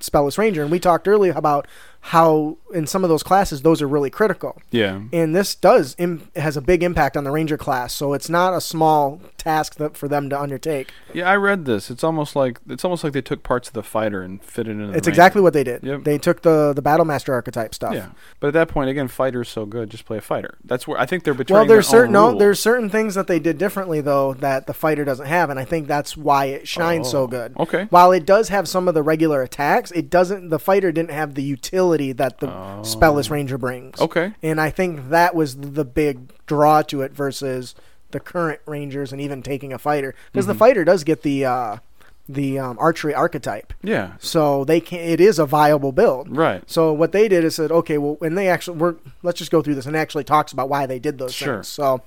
spellless ranger, and we talked earlier about how in some of those classes those are really critical.
yeah.
And this does Im- has a big impact on the ranger class, so it's not a small task that for them to undertake.
Yeah, I read this. It's almost like it's almost like they took parts of the fighter and fitted into. The
It's
Ranger.
exactly what they did.
Yep.
They took the the battle master archetype stuff.
Yeah, but at that point, again, fighter's so good, just play a fighter. That's where I think they're betraying.
Well, there's
their
certain
own
no,
rule.
there's certain things that they did differently though that the fighter doesn't have, and I think that's why it shines
Oh,
so good.
okay.
While it does have some of the regular attacks, it doesn't. The fighter didn't have the utility that the spellless ranger brings.
Oh. okay.
And I think that was the big draw
Mm-hmm.
to it versus the current rangers and even taking a fighter because the fighter does get the uh, the um, archery archetype.
Yeah.
So they can it is a viable build.
Right.
So what they did is said, okay, well, and they actually we're let's just go through this and actually talks about why they did those
Sure.
things. So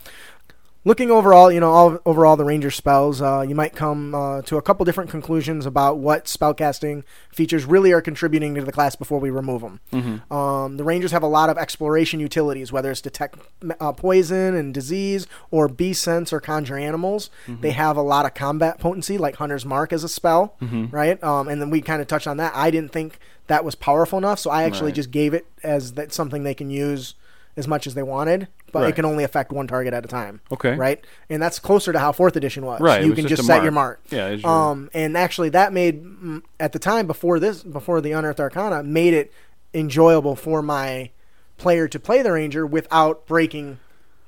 looking overall, you know, all, overall the ranger spells, uh, you might come uh, to a couple different conclusions about what spellcasting features really are contributing to the class before we remove them.
Mm-hmm.
Um, the rangers have a lot of exploration utilities, whether it's detect uh, poison and disease, or bee sense or conjure animals.
Mm-hmm.
They have a lot of combat potency, like hunter's mark as a spell,
Mm-hmm.
right? Um, and then we kind of touched on that. I didn't think that was powerful enough, so I actually
Right.
just gave it as that something they can use as much as they wanted, but it
Right.
can only affect one target at a time.
Okay.
Right? And that's closer to how fourth edition was.
Right, it
You
was
can
just
just,
a
set
mark.
your mark.
Yeah, it's your-
Um, and actually, that made mm, at the time before this, before the Unearthed Arcana, made it enjoyable for my player to play the ranger without breaking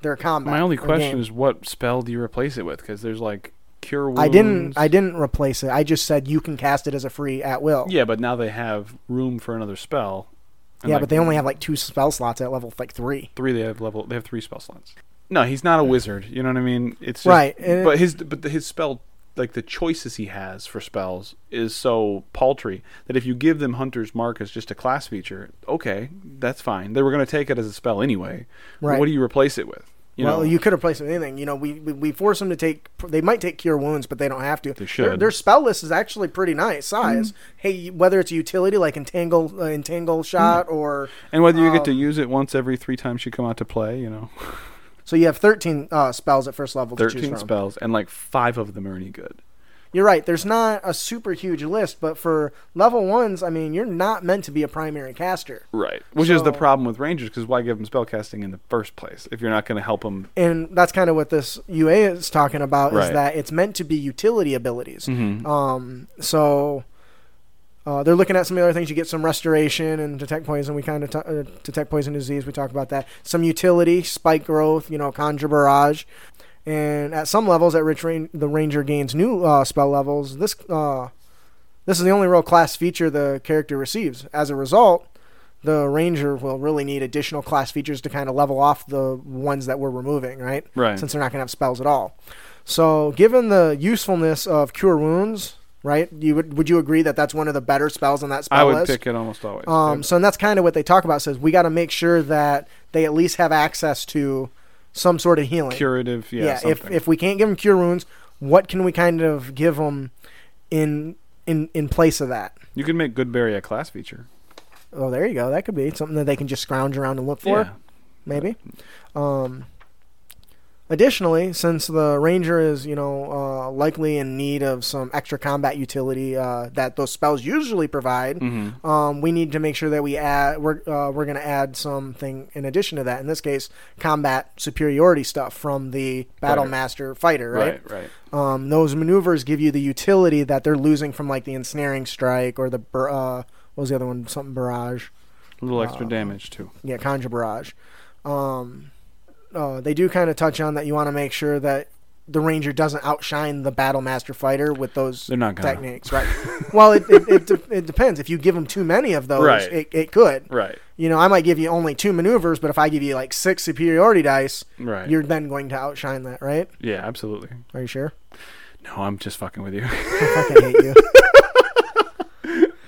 their combat.
My only
or
question
game.
is, what spell do you replace it with? Because there's like cure wounds.
I didn't. I didn't replace it. I just said you can cast it as a free at will.
Yeah, but now they have room for another spell. and,
Yeah,
like,
but they only have like two spell slots at level like three.
three. They have level. They have three spell slots. No, he's not a wizard. You know what I mean? It's just,
Right, and-
but his but his spell like the choices he has for spells is so paltry that if you give them Hunter's Mark as just a class feature, okay, that's fine. They were going to take it as a spell anyway. But
Right.
What do you replace it with? You
well,
know,
you could replace it with anything. You know, we, we we force them to take. They might take cure wounds, but they don't have to. They
should.
Their, their spell list is actually pretty nice size. Hey, whether it's a utility like entangle uh, entangle shot or
and whether you get
um,
to use it once every three times you come out to play, you know,
so you have thirteen uh, spells at first level. to choose
thirteen
from.
spells, and like five of them are any good.
You're right. There's not a super huge list, but for level ones, I mean, you're not meant to be a primary caster.
Right. Which is the
So-
problem with rangers because why give them spellcasting in the first place if you're not going to help them?
and that's kind of what this UA is talking about is
Right.
that it's meant to be utility abilities. Um, so uh, they're looking at some of the other things. You get some restoration and detect poison. We kind of t- uh, detect poison disease. We talk about that. Some utility, spike growth. You know, conjure barrage. And at some levels, at Rich Rain, the Ranger gains new uh, spell levels. This uh, this is the only real class feature the character receives. As a result, the Ranger will really need additional class features to kind of level off the ones that we're removing, right?
Right.
Since they're not going to have spells at all. So, given the usefulness of Cure Wounds, right? You would would you agree that that's one of the better spells on that spell
I would
list?
pick it almost always.
Um,
Yep.
So, and that's kind of what they talk about. Says we got to make sure that they at least have access to some sort of healing
curative. Yeah.
yeah, if
something.
if we can't give them cure wounds, what can we kind of give them in in in place of that?
you can make Goodberry a class feature.
Oh, there you go. That could be something that they can just scrounge around and look for,
yeah.
maybe. Um, additionally, since the ranger is you know uh, likely in need of some extra combat utility uh, that those spells usually provide,
Mm. Mm-hmm.
um, we need to make sure that we add we're uh, we're going to add something in addition to that. In this case, combat superiority stuff from the battle
Fighter.
master fighter, right?
Right. Right.
um, those maneuvers give you the utility that they're losing from like the ensnaring strike or the bur- uh, what was the other one something barrage
A little
Um,
extra damage too.
yeah conjure barrage um, uh, they do kind of touch on that you want to make sure that the ranger doesn't outshine the battle master fighter with those
They're not gonna.
techniques right well it, it, it, de- it depends if you give them too many of those
Right.
it, it could
Right.
you know i might give you only two maneuvers but if i give you like six superiority dice
Right.
you're then going to outshine that right
yeah. Absolutely.
are you sure
No, I'm just fucking with you.
i fucking hate you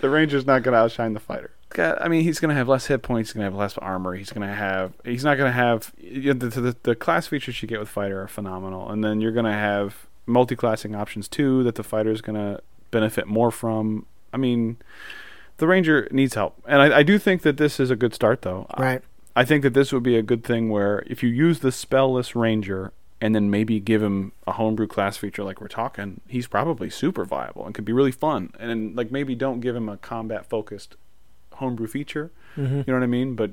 the ranger's not going to outshine the fighter. God, I mean, he's going to have less hit points. He's going to have less armor. He's going to have. He's not going to have. You know, the, the, the class features you get with fighter are phenomenal, and then you're going to have multi-classing options too that the fighter's going to benefit more from. I mean, the ranger needs help, and I, I do think that this is a good start though. I-
right
I think that this would be a good thing where if you use the spellless ranger and then maybe give him a homebrew class feature like we're talking, he's probably super viable and could be really fun. And then, like maybe don't give him a combat focused homebrew feature.
Mm-hmm.
You know what I mean? But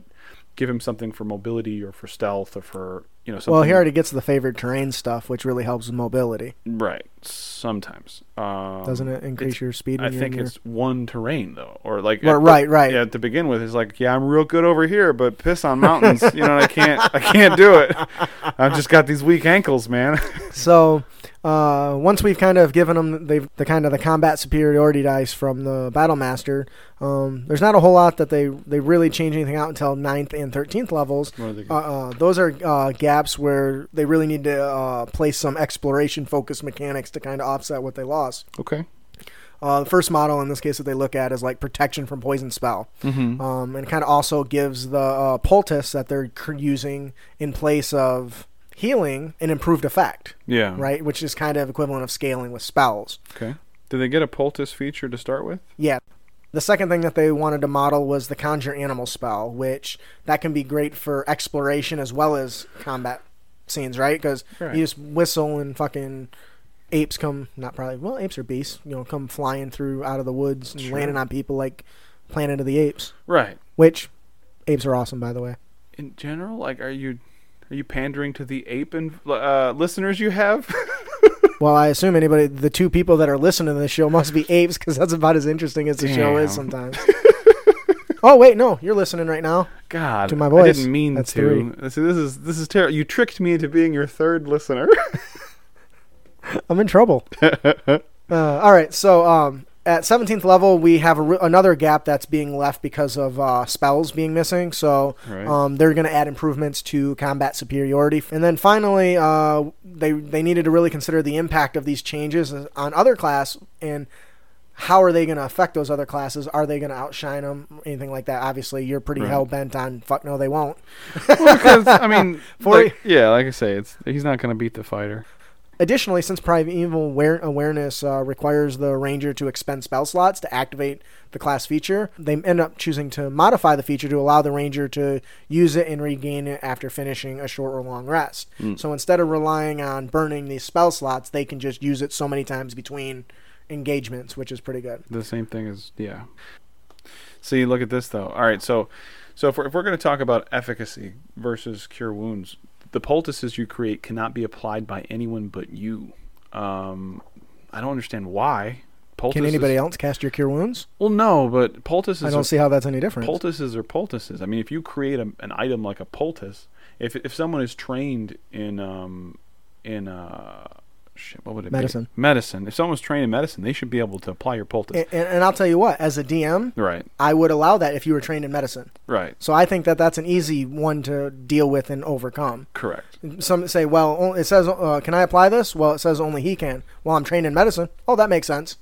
give him something for mobility or for stealth or for you know something.
Well, he already gets the favored terrain stuff, which really helps with mobility.
right sometimes um,
Doesn't it increase
it's-
your speed
I
when you're
think
in your-
it's one terrain though, or like
Well, right, right.
Yeah, to begin with, it's like yeah, I'm real good over here, but piss on mountains, you know, and I can't, I can't do it. I've just got these weak ankles, man.
So, uh, once we've kind of given them they've, the kind of the combat superiority dice from the battle master, um, there's not a whole lot that they they really change anything out until 9th and thirteenth levels.
What are they
Uh,
gonna-
uh, those are uh, gaps where they really need to uh, place some exploration focused mechanics to kind of offset what they lost.
okay,
Uh, the first model in this case that they look at is like protection from poison spell,
Mm-hmm.
um, and kind of also gives the uh, poultice that they're cr- using in place of healing an improved effect,
Yeah.
right? Which is kind of equivalent of scaling with spells.
Okay. Did they get a poultice feature to start with?
Yeah. The second thing that they wanted to model was the conjure animal spell, which that can be great for exploration as well as combat scenes, right? Because
Right.
you just whistle and fucking apes come not probably well apes or beasts you know come flying through out of the woods and landing on people like Planet of the Apes,
Right.
which apes are awesome by the way.
In general, like, are you are you pandering to the ape and uh, listeners you have?
Well, I assume anybody the two people that are listening to the show must be apes because that's about as interesting as the show is
Damn.
sometimes. oh wait, no, you're listening right now.
God,
To my
I
voice.
didn't mean
That's
to. See, this is this is terrible. You tricked me into being your third listener.
I'm in trouble. uh, all right, so um, at 17th level, we have a re- another gap that's being left because of uh, spells being missing. So
Right.
um, they're going to add improvements to combat superiority, and then finally, uh, they they needed to really consider the impact of these changes on other class and. How are they going to affect those other classes? Are they going to outshine them? Anything like that? Obviously, you're pretty
Right.
hell bent on fuck no, they won't.
because I mean,
For-
like- yeah, like I say, it's he's not going to beat the fighter.
Additionally, since primeval aware- awareness uh, requires the ranger to expend spell slots to activate the class feature, they end up choosing to modify the feature to allow the ranger to use it and regain it after finishing a short or long rest. So instead of relying on burning these spell slots, they can just use it so many times between engagements, which is pretty good.
The same thing as yeah. See, look at this though. All right, so so if we're, if we're going to talk about efficacy versus cure wounds, the poultices you create cannot be applied by anyone but you. Um, I don't understand why. Poultices,
Can anybody else cast your cure wounds?
Well, no, but poultices.
I
are-
don't see how that's any different.
poultices are poultices. I mean, if you create a, an item like a poultice, if if someone is trained in um in uh shit, what would it
Medicine. Eh.
be? Medicine. If someone's trained in medicine, they should be able to apply your poultice.
and, and, and I'll tell you what, as a DM,
right.
I would allow that if you were trained in medicine.
Right.
So I think that that's an easy one to deal with and overcome.
Correct.
Some say, well, o- it says, uh, can I apply this? Well, it says only he can. Well, I'm trained in medicine. Oh, that makes sense.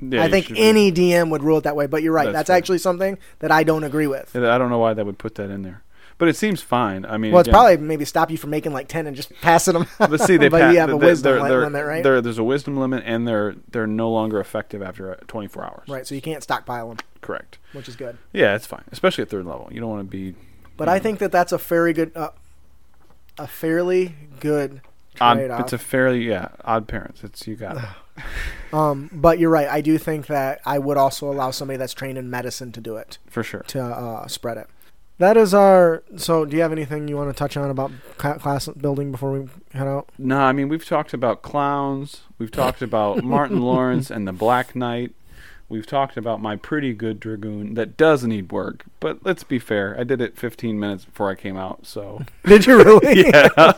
Yeah,
I
you
think
should be-
any DM would rule it that way, but you're right.
That's
That's,
fair.
actually something that I don't agree with.
I don't know why that would put that in there, but it seems fine. I mean,
well, it's
again-
probably maybe stop you from making like 10 and just passing them.
But see, they
but
pa-
you have a
they- they're-
wisdom li-
they're-
limit, right?
they're- there's a wisdom limit, and they're they're no longer effective after uh, 24 hours.
right, so you can't stockpile them,
Correct.
which is good.
Yeah, it's fine, especially at third level. You don't want to be
But
Mm-hmm.
I think that that's a very good, uh, a fairly good
odd.
trade-off.
Um, It's a fairly yeah odd parents. It's you got. it.
um, but you're right. I do think that I would also allow somebody that's trained in medicine to do it.
For sure.
to uh, spread it. That is our. So, do you have anything you want to touch on about cla class building before we head out?
No, I mean we've talked about clowns. We've talked about Martin Lawrence and the Black Knight. We've talked about my pretty good dragoon that does need work. But let's be fair, I did it 15 minutes before I came out, so
Did you really?
yeah.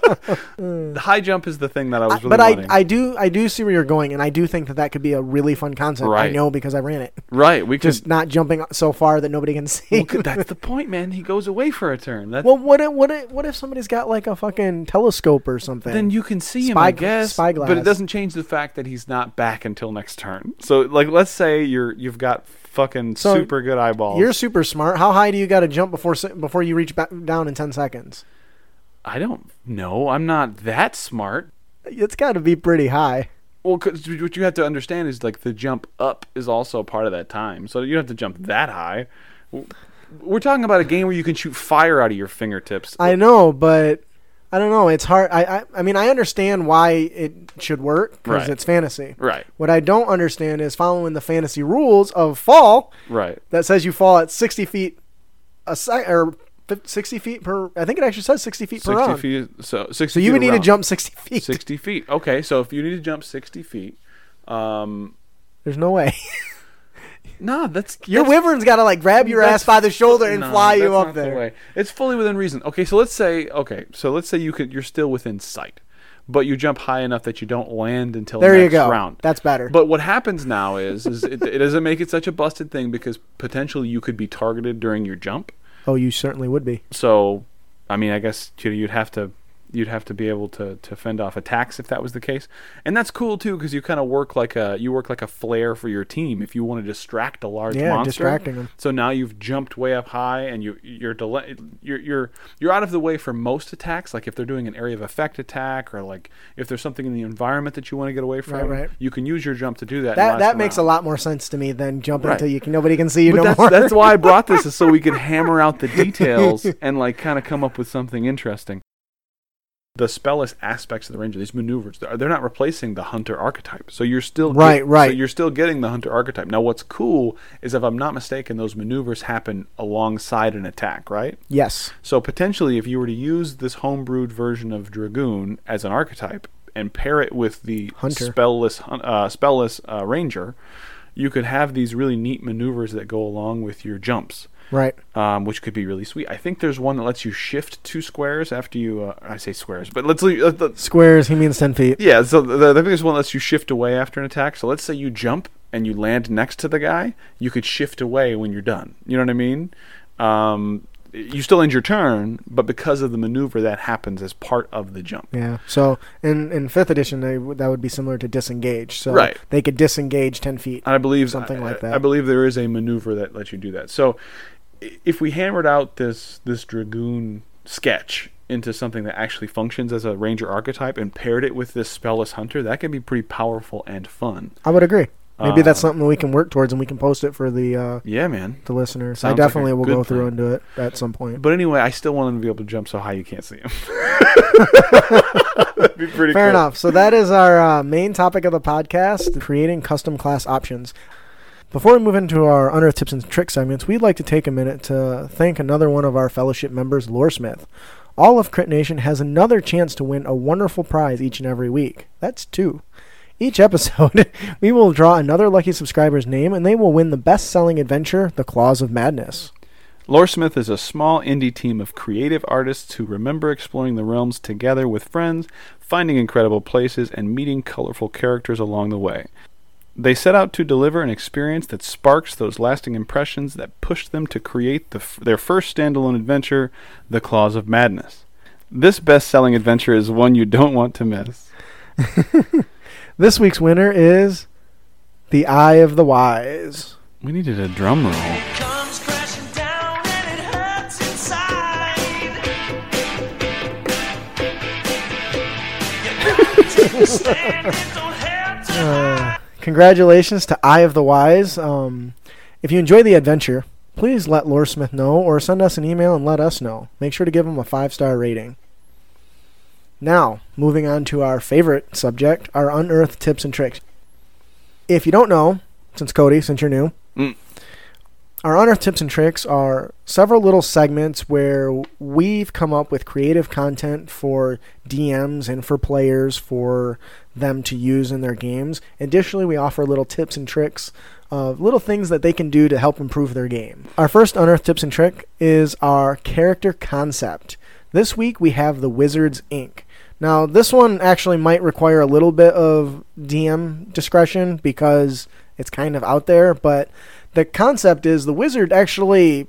the high jump is the thing that I was really
but I,
wanting.
I do I do see where you're going, and I do think that that could be a really fun concept. I
Right.
know because I ran it.
right, we
Just
just
not jumping so far that nobody can see.
that's the point, man. He goes away for a turn. That's
well, what if, what if, what if somebody's got like a fucking telescope or something?
then you can see him,
Spy-
I guess.
spyglass.
But it doesn't change the fact that he's not back until next turn. So, like, let's say you're you've got fucking
So,
super good eyeballs.
you're super smart. How high do you got to jump before se- before you reach back down in ten seconds?
I don't know. I'm not that smart.
It's got to be pretty high.
Well, 'cause what you have to understand is like the jump up is also part of that time, so you don't have to jump that high. W- We're talking about a game where you can shoot fire out of your fingertips.
I know, but I don't know. It's hard. I I, I mean, I understand why it should work because
Right.
it's fantasy.
right,
What I don't understand is following the fantasy rules of fall
right.
that says you fall at sixty feet a sec or fif- sixty feet per. I think it actually says sixty feet per
Sixty
round.
feet. So sixty.
So you
feet
would need to
around.
jump sixty feet.
sixty feet. Okay, so if you need to jump sixty feet, um,
There's no way.
nah, that's
Your
that's-
wyvern's got to like grab your
That's-
ass by the shoulder and
No,
fly you
that's
up
not the
there.
way. It's fully within reason. Okay, so let's say okay, so let's say you could you're still within sight, but you jump high enough that you don't land until
There you
next
go.
round.
That's better.
But what happens now is is it, it doesn't make it such a busted thing because potentially you could be targeted during your jump.
oh, you certainly would be.
So, I mean, I guess you know, you'd have to you'd have to be able to, to fend off attacks if that was the case, and that's cool too because you kind of work like a you work like a flare for your team if you want to distract a large
Yeah,
monster.
distracting 'em.
So now you've jumped way up high, and you you're delay you're you're you're out of the way for most attacks. Like if they're doing an area of effect attack, or like if there's something in the environment that you want to get away from,
right.
you can use your jump to do that. and
That
last
that
them
makes a
out.
lot more sense to me than jumping
Right.
until you can, nobody can see you
But
no
that's,
more.
that's why I brought this is so we could hammer out the details and like kind of come up with something interesting. The spellist aspects of the ranger, these maneuvers, they're they're not replacing the hunter archetype. So you're still
Right,
so
right.
you're still getting the hunter archetype. Now, what's cool is if I'm not mistaken, those maneuvers happen alongside an attack, right?
yes.
So potentially, if you were to use this homebrewed version of Dragoon as an archetype and pair it with the
Hunter.
spellless hun- uh, spellless uh, Ranger, you could have these really neat maneuvers that go along with your jumps,
Right.
um, which could be really sweet. I think there's one that lets you shift two squares after you. Uh, I say squares, but let's leave. let- let-
Squares, he means 10 feet.
yeah, so the, the biggest one lets you shift away after an attack. So let's say you jump and you land next to the guy, you could shift away when you're done. You know what I mean? Um, you still end your turn, but because of the maneuver that happens as part of the jump.
Yeah. So in, in fifth edition, they, would- that would be similar to disengage. So
Right.
they could disengage 10 feet.
I believe
Something
I-
like
I-
that.
I believe there is a maneuver that lets you do that. So, i- if we hammered out this this dragoon sketch into something that actually functions as a ranger archetype and paired it with this spellless hunter, that could be pretty powerful and fun.
I would agree. Maybe that's
Uh,
something we can work towards and we can post it for the uh,
Yeah, man.
the listeners. I
Sounds like a
definitely will
good
go through
plan.
and do it at some point.
But anyway, I still want him to be able to jump so high you can't see him. That'd be pretty
Fair
cool.
enough. So that is our uh, main topic of the podcast: creating custom class options. Before we move into our Unearth Tips and Tricks segments, we'd like to take a minute to thank another one of our fellowship members, Loresmith. All of Crit Nation has another chance to win a wonderful prize each and every week. That's two. Each episode, we will draw another lucky subscriber's name, and they will win the best-selling adventure, The Claws of Madness.
Lore Smith is a small indie team of creative artists who remember exploring the realms together with friends, finding incredible places, and meeting colorful characters along the way. They set out to deliver an experience that sparks those lasting impressions that push them to create the f- their first standalone adventure, The Claws of Madness. This best selling adventure is one you don't want to miss.
This week's winner is the Eye of the Wise.
We needed a drum roll.
comes crashing down and it hurts inside. You stand, it don't help to
Uh, congratulations to Eye of the Wise. Um, if you enjoy the adventure, please let Lore Smith know or send us an email and let us know. Make sure to give him a five star rating. Now, moving on to our favorite subject, our unearthed tips and tricks. If you don't know, since Cody, since you're new,
Mm.
our unearthed tips and tricks are several little segments where we've come up with creative content for DMs and for players for them to use in their games. Additionally, we offer little tips and tricks of little things that they can do to help improve their game. Our first unearthed tips and trick is our character concept. This week we have the Wizards Inc. Now, this one actually might require a little bit of DM discretion because it's kind of out there, but the concept is the wizard actually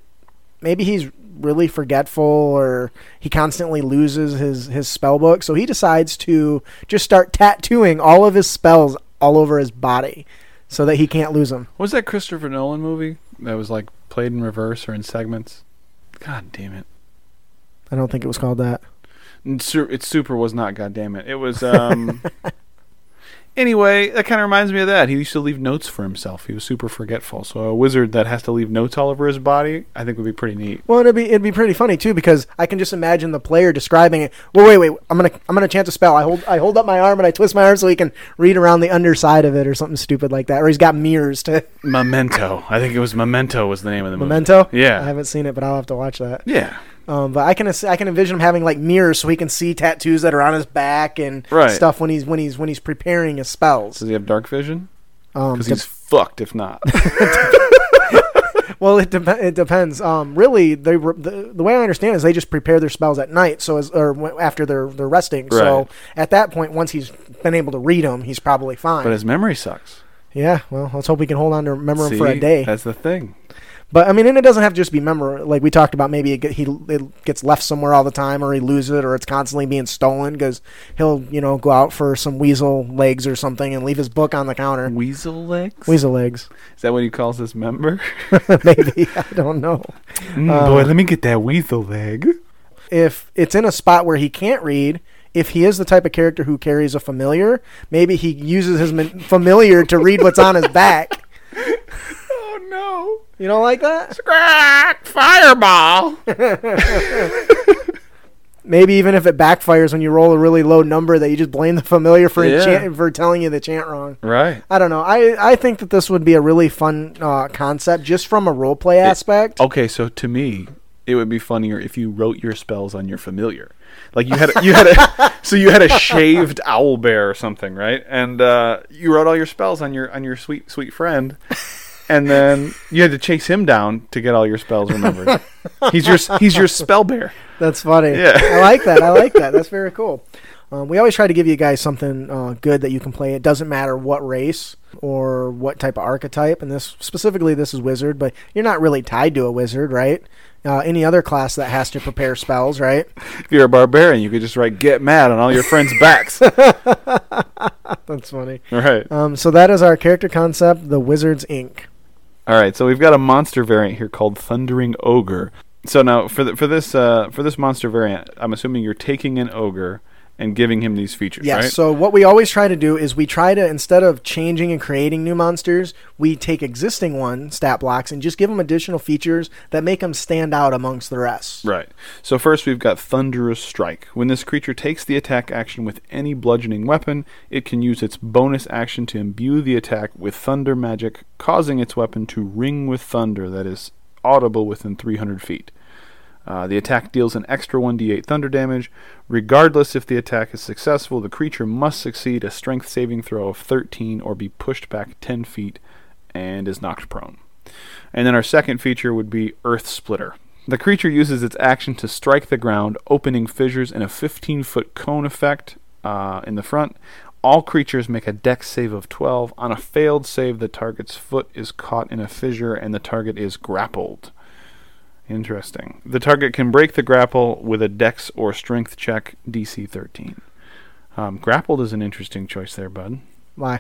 maybe he's really forgetful or he constantly loses his his spell book so he decides to just start tattooing all of his spells all over his body so that he can't lose them
Was that Christopher Nolan movie that was like played in reverse or in segments? God damn it!
i don't think it was called that
And su- It's super was not. God damn it! It was. um Anyway, that kind of reminds me of that. He used to leave notes for himself. He was super forgetful. So a wizard that has to leave notes all over his body, I think, would be pretty neat.
well it'd be it'd be pretty funny too because i can just imagine the player describing it well wait wait i'm gonna i'm gonna chance a spell i hold i hold up my arm and i twist my arm so he can read around the underside of it or something stupid like that or he's got mirrors to
Memento. I think it was Memento was the name of the movie.
memento i
Yeah.
haven't seen it but i'll have to watch that
Yeah.
Um, but I can as- I can envision him having like mirrors so he can see tattoos that are on his back and
Right.
stuff when he's when he's when he's preparing his spells.
Does he have dark vision?
Um,
Because
de-
he's fucked if not.
well, it, de- it depends. Um, really, they re- the, the way I understand is they just prepare their spells at night, so as or w- after they're they're resting. So
Right.
at that point, once he's been able to read them, he's probably fine.
but his memory sucks.
yeah, well, let's hope we can hold on to remember him for
See?
a day.
That's the thing.
But I mean, and it doesn't have to just be member. Like we talked about, maybe it get, he it gets left somewhere all the time, or he loses it, or it's constantly being stolen because he'll you know go out for some weasel legs or something and leave his book on the counter.
Weasel legs?
Weasel legs,
Is that what he calls his member?
maybe I don't know.
Mm, boy, let me get that weasel leg.
if it's in a spot where he can't read, if he is the type of character who carries a familiar, maybe he uses his min- familiar to read what's on his back.
Oh no!
You don't like that?
Crack! Fireball!
Maybe even if it backfires when you roll a really low number, that you just blame the familiar for
Yeah.
enchant- for telling you the chant wrong.
right.
I don't know. I I think that this would be a really fun uh, concept just from a role play aspect.
Okay, so to me, it would be funnier if you wrote your spells on your familiar. Like you had, a, you had a, so you had a shaved owl bear or something, right? And uh, you wrote all your spells on your on your sweet sweet friend, and then you had to chase him down to get all your spells remembered. he's your s- he's your spell bear.
That's funny.
Yeah.
I like that. I like that. That's very cool. Um, we always try to give you guys something uh, good that you can play. It doesn't matter what race or what type of archetype, and this specifically, this is wizard, but you're not really tied to a wizard, right? Uh, any other class that has to prepare spells, right?
If you're a barbarian, you could just write "get mad" on all your friends' backs.
That's funny.
right.
Um, so that is our character concept, the Wizards Inc.
All right, so we've got a monster variant here called Thundering Ogre. So now for the, for this uh, for this monster variant, I'm assuming you're taking an ogre and giving him these features,
Yes.
right?
So what we always try to do is we try to instead of changing and creating new monsters, we take existing one stat blocks and just give them additional features that make them stand out amongst the rest.
Right. So first we've got Thunderous Strike. When this creature takes the attack action with any bludgeoning weapon, it can use its bonus action to imbue the attack with thunder magic, causing its weapon to ring with thunder that is audible within 300 feet. Uh, the attack deals an extra 1d8 thunder damage. Regardless if the attack is successful, the creature must succeed a strength saving throw of 13 or be pushed back 10 feet and is knocked prone. And then our second feature would be Earth Splitter. The creature uses its action to strike the ground, opening fissures in a 15 foot cone effect uh, in the front. All creatures make a dex save of 12. On a failed save, the target's foot is caught in a fissure and the target is grappled. Interesting. The target can break the grapple with a dex or strength check, DC 13. Um, grappled is an interesting choice there, bud,
Why?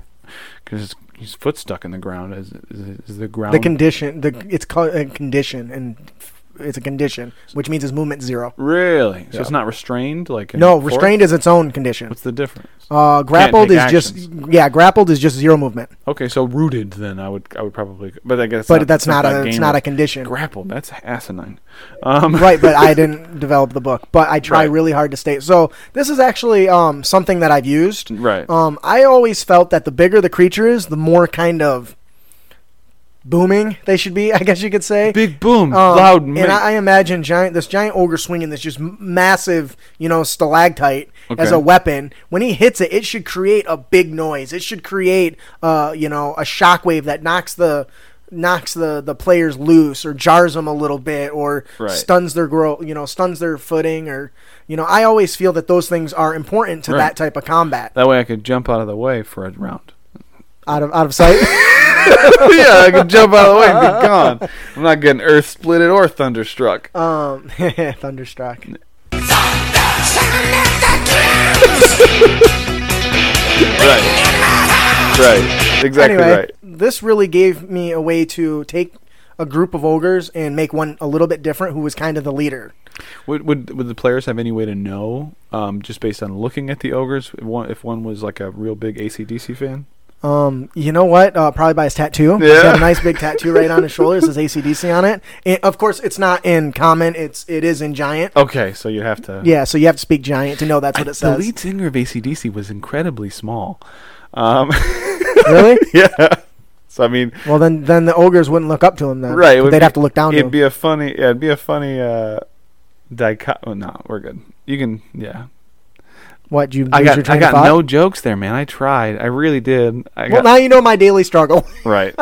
because his foot stuck in the ground. Is, is, is the ground
the condition the it's called a condition and f- it's a condition which means it's movement zero
Really? So
Yeah.
it's not restrained, like in
no
force?
restrained is its own condition
What's the difference?
uh grappled
take
is just yeah grappled is just zero movement
Okay, so rooted then I would I would probably, but I guess.
but that's not a
game
it's not
of-
a condition
grapple. That's asinine. Um,
right but i didn't develop the book but i try
Right.
really hard to stay so this is actually um something that i've used
right.
um i always felt that the bigger the creature is the more kind of booming they should be i guess you could say
Big boom,
Um,
loud.
and
mate.
I, I imagine giant this giant ogre swinging this just m- massive, you know, stalactite as
Okay.
a weapon. When he hits it, it should create a big noise. It should create, uh, you know, a shockwave that knocks the knocks the the players loose or jars them a little bit or
Right.
stuns their grow, you know, stuns their footing or you know. I always feel that those things are important to
Right.
that type of combat.
that way I could jump out of the way for a round.
Out of out of sight.
yeah, I could jump out of the way and be gone. I'm not getting earth splitted or thunderstruck.
um, thunderstruck.
right. Right. Exactly
anyway,
right.
this really gave me a way to take a group of ogres and make one a little bit different who was kind of the leader.
Would, would would the players have any way to know, um, just based on looking at the ogres, if one, if one was like a real big ACDC fan?
Um, you know what? Uh, probably by his tattoo. He's got a nice big tattoo right on his shoulder. It says ACDC on it. And of course, it's not in common. It's it is in giant.
Okay, so you have to.
Yeah, so you have to speak giant to know that's what it
the
says.
lead singer of ACDC was incredibly small. Um,
Really?
yeah. So I mean,
Well, then then the ogres wouldn't look up to him then.
right? it
But
would
They'd
be-
have to look down to
It'd
him.
be a funny. Yeah, it'd be a funny. Uh, dichot- oh, no, we're good. You can. Yeah.
what you?
I
lose your
got.
train
I
of
got
thought?
no jokes there, man. I tried. I really did. I
Well,
got
now you know my daily struggle.
right.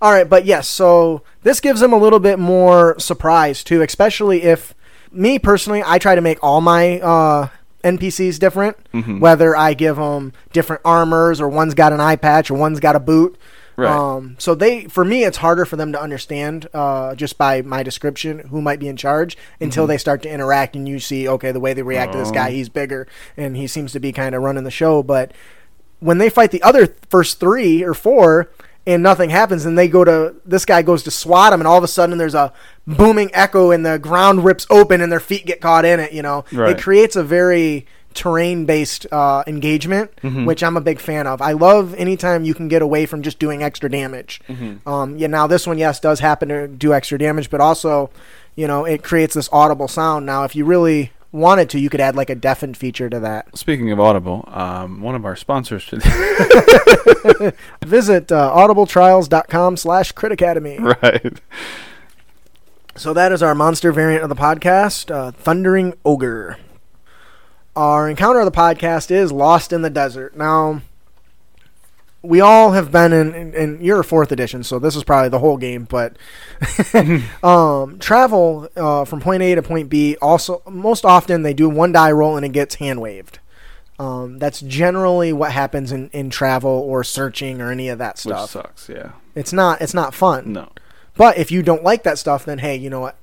All right, but yes, so this gives them a little bit more surprise too, especially if me personally, I try to make all my uh, NPCs different, whether I give them different armors or one's got an eye patch or one's got a boot.
Right.
Um, so they, for me, it's harder for them to understand uh, just by my description who might be in charge until they start to interact and you see, okay, the way they react to this guy, he's bigger and he seems to be kind of running the show. But when they fight the other th- first three or four and nothing happens and they go to this guy goes to swat him and all of a sudden there's a booming echo and the ground rips open and their feet get caught in it you know
Right.
it creates a very terrain based uh, engagement which i'm a big fan of i love anytime you can get away from just doing extra damage um, yeah now this one yes does happen to do extra damage but also you know it creates this audible sound now if you really wanted to you could add like a deafened feature to that
Speaking of Audible, um, one of our sponsors today.
visit uh, audibletrials.com slash crit academy
right.
so that is our monster variant of the podcast uh, thundering ogre our encounter of the podcast is lost in the desert now we all have been in, in, in you're a fourth edition so this is probably the whole game but um, travel uh, from point a to point b also most often they do one die roll and it gets hand waved um, that's generally what happens in, in travel or searching or any of that
Which
stuff
sucks, yeah.
It's not it's not fun.
No.
But if you don't like that stuff, then hey, you know what?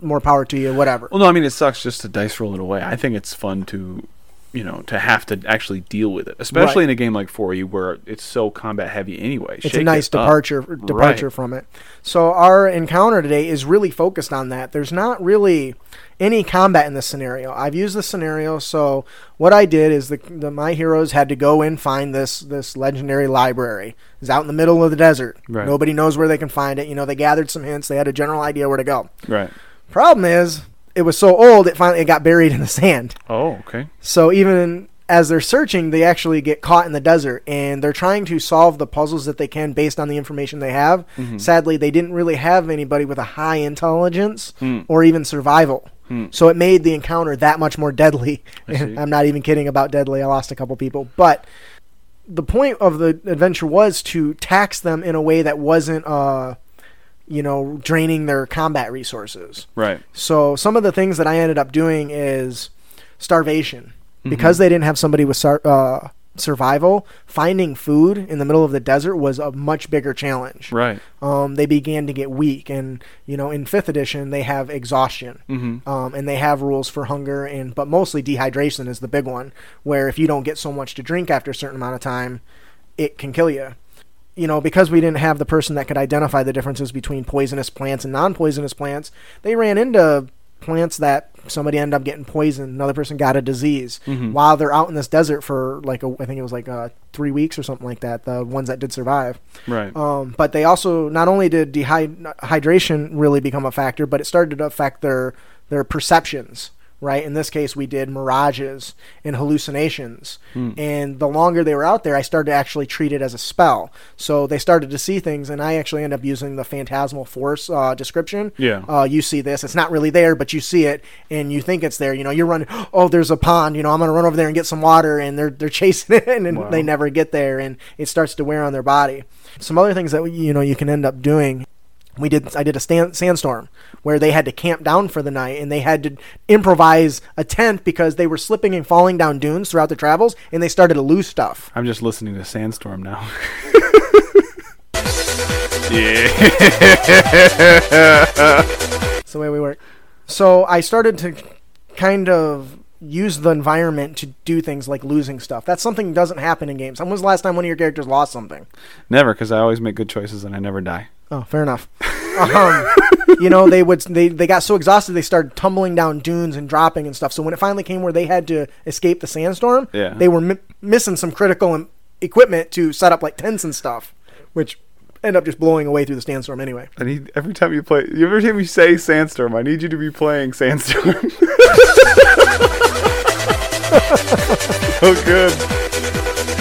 More power to you, whatever.
Well, no, I mean, it sucks just to dice roll it away. I think it's fun to, you know, to have to actually deal with it, especially
Right.
in a game like 4E where it's so combat heavy anyway.
It's
Shake
a
it
nice
up.
departure departure
Right.
from it. So our encounter today is really focused on that. There's not really any combat in this scenario. I've used this scenario, so what I did is the, the my heroes had to go and find this this legendary library. It's out in the middle of the desert.
Right.
Nobody knows where they can find it. You know, they gathered some hints. They had a general idea where to go.
Right.
Problem is, it was so old it finally it got buried in the sand.
Oh, okay.
So even as they're searching, they actually get caught in the desert and they're trying to solve the puzzles that they can based on the information they have. Sadly, they didn't really have anybody with a high intelligence or even survival. So it made the encounter that much more deadly.
see.
I'm not even kidding about deadly. I lost a couple people, but the point of the adventure was to tax them in a way that wasn't uh you know, draining their combat resources.
Right.
So some of the things that I ended up doing is starvation because they didn't have somebody with sar- uh, survival. Finding food in the middle of the desert was a much bigger challenge.
Right.
Um, they began to get weak, and you know, in fifth edition, they have exhaustion, um, and they have rules for hunger, and but mostly dehydration is the big one, where if you don't get so much to drink after a certain amount of time, it can kill you you know, because we didn't have the person that could identify the differences between poisonous plants and non-poisonous plants, they ran into plants that somebody ended up getting poisoned. Another person got a disease while they're out in this desert for like a, I think it was like uh, three weeks or something like that. The ones that did survive.
Right.
Um, but they also not only did dehydration really become a factor, but it started to affect their their perceptions. Right. In this case, we did mirages and hallucinations. And the longer they were out there, I started to actually treat it as a spell. So they started to see things, and I actually end up using the phantasmal force uh, description.
Yeah.
Uh, you see this. It's not really there, but you see it, and you think it's there. You know, you're running. Oh, there's a pond. You know, I'm gonna run over there and get some water, and they're they're chasing it, and
Wow.
they never get there, and it starts to wear on their body. Some other things that you know you can end up doing. We did. I did a stand, sandstorm where they had to camp down for the night, and they had to improvise a tent because they were slipping and falling down dunes throughout their travels, and they started to lose stuff.
I'm just listening to Sandstorm now. yeah.
That's the way we work. So I started to kind of use the environment to do things like losing stuff. That's something that doesn't happen in games. When was the last time one of your characters lost something?
never, because I always make good choices and I never die.
Oh, fair enough. um, you know, they would they, they got so exhausted they started tumbling down dunes and dropping and stuff. So when it finally came where they had to escape the sandstorm,
Yeah.
they were mi- missing some critical em- equipment to set up like tents and stuff, which end up just blowing away through the sandstorm anyway.
I need every time you play. Every time you say Sandstorm, I need you to be playing Sandstorm. so Oh, good.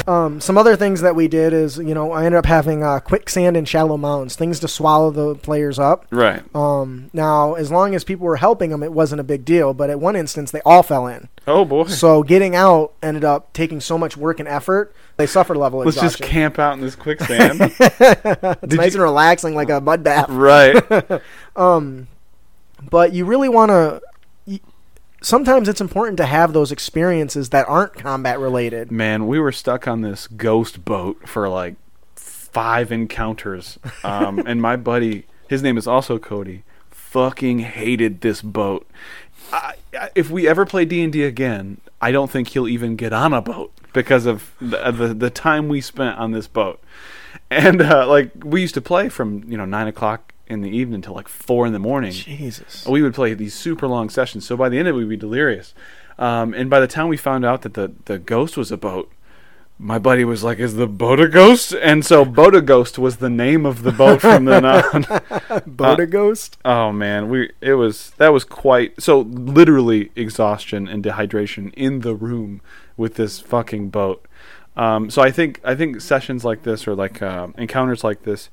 Um, some other things that we did is, you know, I ended up having uh, quicksand and shallow mounds, things to swallow the players up.
Right.
Um, now, as long as people were helping them, it wasn't a big deal. But at one instance, they all fell in.
Oh boy.
So getting out ended up taking so much work and effort. They suffered level
Let's just
exhaustion.
camp out in this quicksand.
it's nice and relaxing, like a mud bath.
right.
But you really want to. Sometimes it's important to have those experiences that aren't combat related.
Man, we were stuck on this ghost boat for like f- five encounters. Um, and my buddy, his name is also Cody, fucking hated this boat. I, I- if we ever play D and D again, I don't think he'll even get on a boat because of the uh, the, the time we spent on this boat. And uh, like we used to play from you know nine o'clock in the evening till like four in the morning.
Jesus.
We would play these super long sessions. So by the end of it, we'd be delirious. Um, and by the time we found out that the, the ghost was a boat, my buddy was like, "Is the boat a ghost?" And so boat a ghost was the name of the boat from then on.
Boat a ghost?
oh man, we it was that was quite so literally exhaustion and dehydration in the room with this fucking boat. Um, so I think I think sessions like this or like uh, encounters like this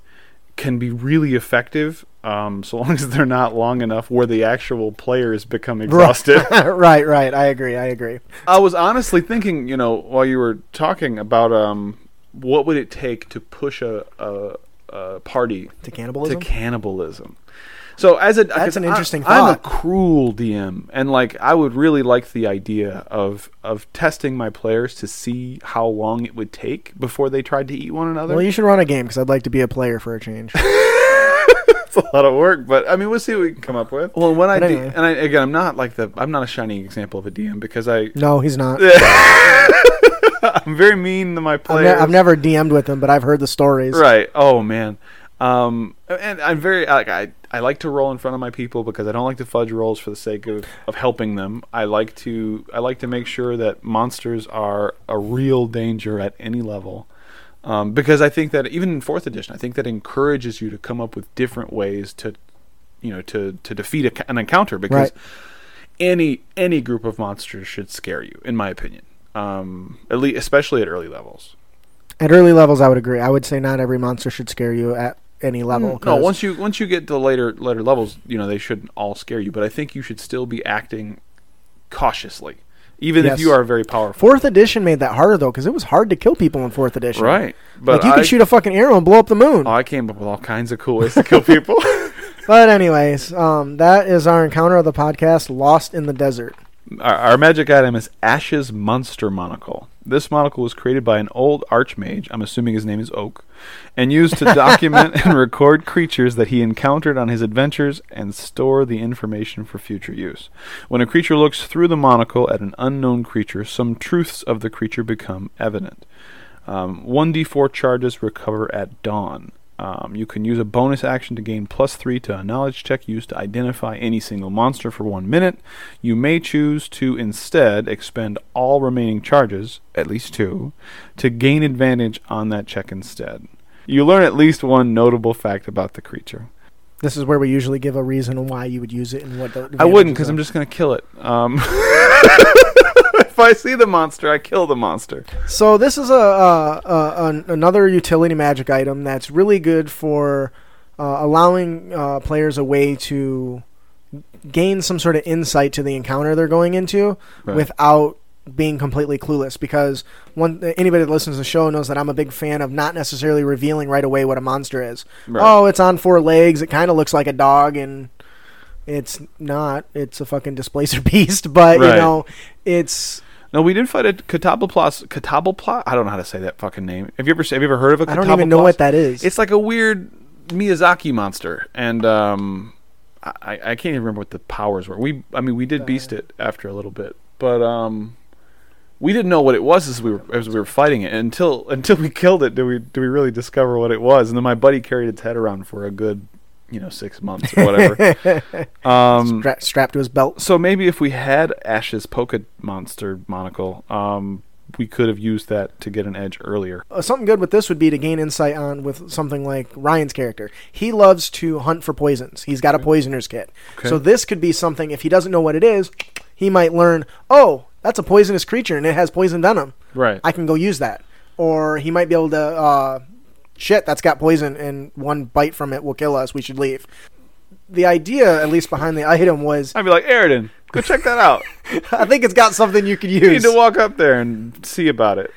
can be really effective um, so long as they're not long enough where the actual players become exhausted.
right, right. I agree. I agree.
I was honestly thinking, you know, while you were talking about um, what would it take to push a, a, a party
To cannibalism?
To cannibalism. So as a
That's an interesting
I, I'm a
thought.
cruel DM, and like I would really like the idea of of testing my players to see how long it would take before they tried to eat one another.
Well, you should run a game because I'd like to be a player for a change.
it's a lot of work, but I mean, we'll see what we can come up with. Well, when I
But
do,
anyway.
and I, again, I'm not like the I'm not a shining example of a DM because I
No, he's not.
I'm very mean to my
I've,
players.
ne- I've never DM'd with him, but I've heard the stories.
Right. Oh man. Um, and I'm very like I I like to roll in front of my people because I don't like to fudge rolls for the sake of, of helping them. I like to I like to make sure that monsters are a real danger at any level. Um, because I think that even in fourth edition, I think that encourages you to come up with different ways to, you know, to to defeat a, an encounter because
Right.
any any group of monsters should scare you, in my opinion. Um, at least especially at early levels.
At early levels, I would agree. I would say not every monster should scare you at any level.
Mm, No,
'cause-
once you once you get to later later levels, you know they shouldn't all scare you. But I think you should still be acting cautiously, even
Yes.
if you are very powerful.
Fourth edition made that harder though, because it was hard to kill people in fourth edition.
Right, but
like you
I,
could shoot a fucking arrow and blow up the moon.
oh, I came up with all kinds of cool ways to kill people.
But anyways, um, that is our encounter of the podcast, Lost in the Desert.
our, our magic item is Ash's Monster Monocle. This monocle was created by an old archmage, I'm assuming his name is Oak, and used to document and record creatures that he encountered on his adventures and store the information for future use. When a creature looks through the monocle at an unknown creature, some truths of the creature become evident. Um, 1d4 charges recover at dawn. Um, you can use a bonus action to gain plus 3 to a knowledge check used to identify any single monster for one minute. You may choose to instead expend all remaining charges, at least two, to gain advantage on that check instead. You learn at least one notable fact about the creature.
This is where we usually give a reason on why you would use it and what. The
I
advantages
wouldn't because
are.
I'm just going to kill it. Um, if I see the monster, I kill the monster.
So this is a, uh uh an, another utility magic item that's really good for uh, allowing uh, players a way to gain some sort of insight to the encounter they're going into
Right.
without being completely clueless because one anybody that listens to the show knows that I'm a big fan of not necessarily revealing right away what a monster is.
Right.
Oh, it's on four legs, it kind of looks like a dog and it's not. It's a fucking displacer beast, but
Right.
you know, it's
No, we did fight a Catabloplas. Catabloplas. I don't know how to say that fucking name. Have you ever have you ever heard of a?
I don't even know
Catabloplas?
what that is.
It's like a weird Miyazaki monster, and um, I I can't even remember what the powers were. We I mean we did beast it after a little bit, but um, we didn't know what it was as we were as we were fighting it until until we killed it. Do we do we really discover what it was? And then my buddy carried its head around for a good you know six months or whatever. um,
stra- strapped to his belt.
so maybe if we had Ash's polka monster monocle, um, we could have used that to get an edge earlier.
Uh, something good with this would be to gain insight on with something like Ryan's character. He loves to hunt for poisons. He's got a poisoner's kit.
Okay.
So this could be something if he doesn't know what it is, he might learn, "Oh, that's a poisonous creature and it has poison venom.
Right.
I can go use that." Or he might be able to uh shit, that's got poison and one bite from it will kill us. We should leave. The idea, at least behind the item, was
I'd be like, Aridin, go check that out.
I think it's got something you could
you need
use.
to walk up there and see about it.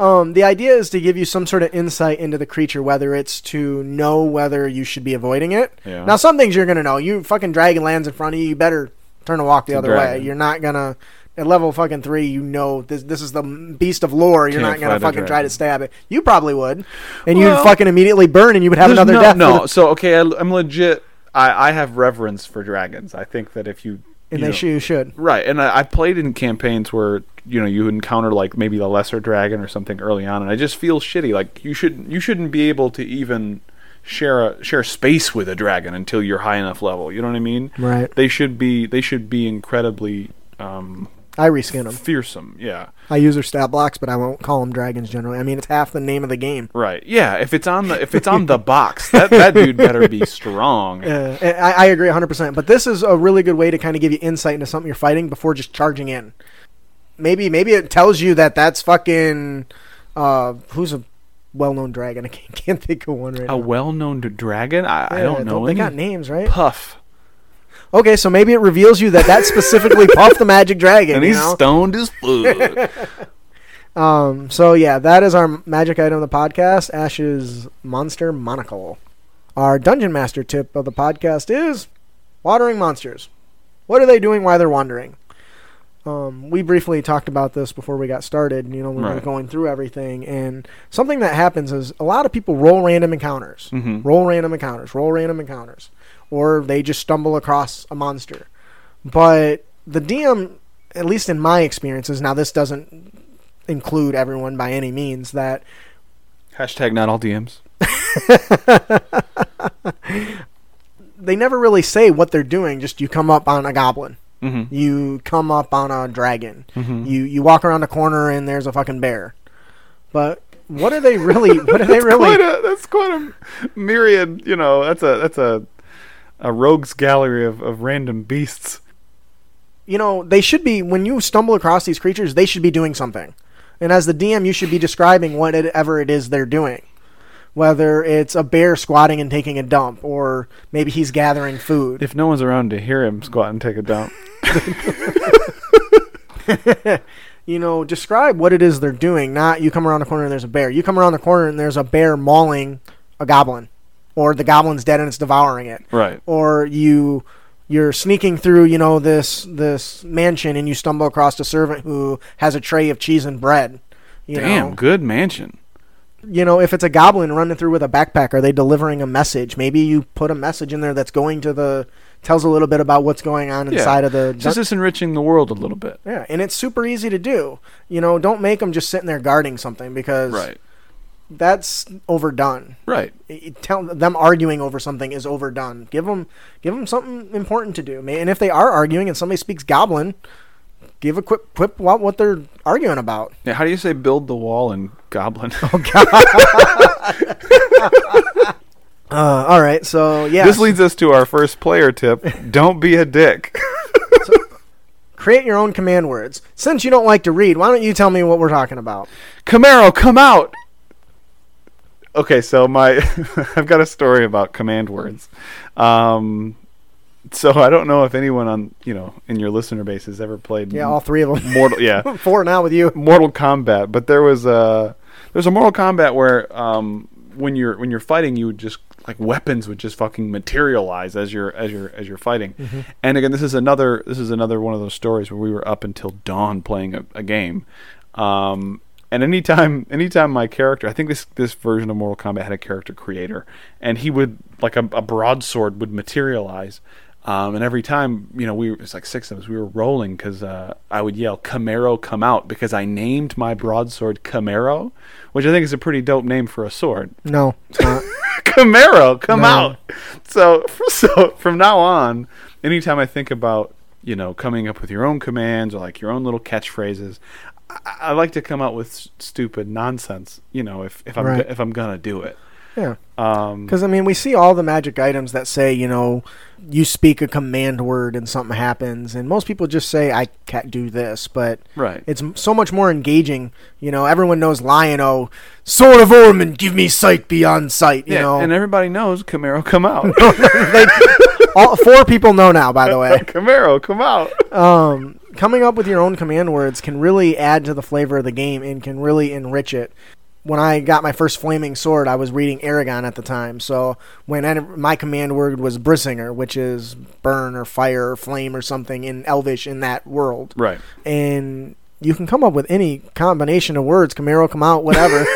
Um, the idea is to give you some sort of insight into the creature, whether it's to know whether you should be avoiding it.
Yeah.
Now, some things you're gonna know. You fucking dragon lands in front of you. You better turn and walk the other way.
dragon.
You're not gonna at level fucking three, you know this this is the beast of lore. You're not
Can't
gonna
fight a
fucking try
dragon.
to stab it. You probably would, and
Well-
you'd fucking immediately burn, and you would have
There's
another
no,
death. for
No,
the-
so okay, I, am legit. I, I have reverence for dragons. I think that if you
and they
you know-
sh- you should.
right, and I, I played in campaigns where you know you encounter like maybe the lesser dragon or something early on, and I just feel shitty. Like you should you shouldn't be able to even share a share space with a dragon until you're high enough level. You know what I mean?
Right.
They should be they should be incredibly um,
I reskin them.
fearsome. Yeah.
I use their stat blocks, but I won't call them dragons generally. I mean, it's half the name of the game.
Right. Yeah. If it's on the if it's on the box, that that dude better be strong.
Uh, I, I agree 100%. But this is a really good way to kind of give you insight into something you're fighting before just charging in. Maybe maybe it tells you that that's fucking uh, who's a well-known dragon. I can't, can't think of one right
A
now.
well-known d- dragon? I, Oh, I
Yeah,
don't know.
They
any.
got names, right?
Puff,
Okay, so maybe it reveals you that that specifically Puff the Magic Dragon.
and
you
he's
know?
stoned as fuck.
Um, so yeah, that is our magic item of the podcast, Ash's Monster Monocle. Our dungeon master tip of the podcast is wandering monsters. What are they doing while they're wandering? Um, we briefly talked about this before we got started. You know, we were
Right.
going through everything, and something that happens is a lot of people roll random encounters,
Mhm.
roll random encounters, roll random encounters, or they just stumble across a monster. But the DM, at least in my experiences, now this doesn't include everyone by any means that
Hashtag not all DMs.
they never really say what they're doing just you come up on a goblin
hmm
you come up on a dragon
Mhm.
you you walk around a corner and there's a fucking bear but what are they really what are they really
Quite a, that's quite a myriad. You know, that's a that's a a rogues gallery of, of random beasts.
you know they should be when you stumble across these creatures they should be doing something and as the dm you should be describing whatever it is they're doing whether it's a bear squatting and taking a dump or maybe he's gathering food
If no one's around to hear him squat and take a dump,
you know, describe what it is they're doing. Not you come around the corner and there's a bear. You come around the corner and there's a bear mauling a goblin, or the goblin's dead and it's devouring it.
right?
Or you you're sneaking through, you know, this this mansion and you stumble across a servant who has a tray of cheese and bread. You
Damn,
know,
good mansion.
you know, if it's a goblin running through with a backpack, are they delivering a message? Maybe you put a message in there that's going to the tells a little bit about what's going on
Yeah.
inside of the
Just this enriching the world a little bit,
yeah, and it's super easy to do. You know, don't make them just sitting there guarding something because
right?
that's overdone.
Right.
It- it- Tell them arguing over something is overdone. Give them give them something important to do. May- And if they are arguing and somebody speaks goblin, give a quick quip about what they're arguing about.
Now, how do you say build the wall in Goblin?
Oh, Uh, all right, so yeah,
this leads us to our first player tip: Don't be a dick.
create your own command words. Since you don't like to read, why don't you tell me what we're talking about?
Camaro, come out. Okay, so my I've got a story about command words. Um, so I don't know if anyone on you know in your listener base has ever played
Yeah, all three of them.
Mortal yeah
Four now with you.
Mortal Kombat, but there was a there's a Mortal Kombat where um, when you're when you're fighting, you would just like weapons would just fucking materialize as you're as you're as you're fighting. And again, this is another this is another one of those stories where we were up until dawn playing a, a game. Um, and anytime anytime my character, I think this this version of Mortal Kombat had a character creator, and he would like a, a broadsword would materialize. Um, and every time, you know, we were- it's like six of us. We were rolling because uh, I would yell "Camaro, come out!" because I named my broadsword Camaro, which I think is a pretty dope name for a sword.
No, it's not.
Camaro, come
No.
out! So, so from now on, anytime I think about you know coming up with your own commands or like your own little catchphrases, I, I like to come out with s- stupid nonsense. You know, if if I'm
Right.
if I'm gonna do it,
yeah.
um,
Because I mean, we see all the magic items that say, you know, you speak a command word and something happens, and most people just say, "I can't do this," but
right?
it's m- so much more engaging. You know, everyone knows Lion-O, Sword of Ormond, give me sight beyond sight. You
yeah,
know,
and everybody knows Camaro, come out.
They- all four people know now. By the way,
Camaro, come out.
um, coming up with your own command words can really add to the flavor of the game and can really enrich it. when I got my first flaming sword, I was reading Aragon at the time. So when I, my command word was Brisinger, which is burn or fire or flame or something in Elvish in that world.
Right.
And you can come up with any combination of words, Camaro, come out, whatever.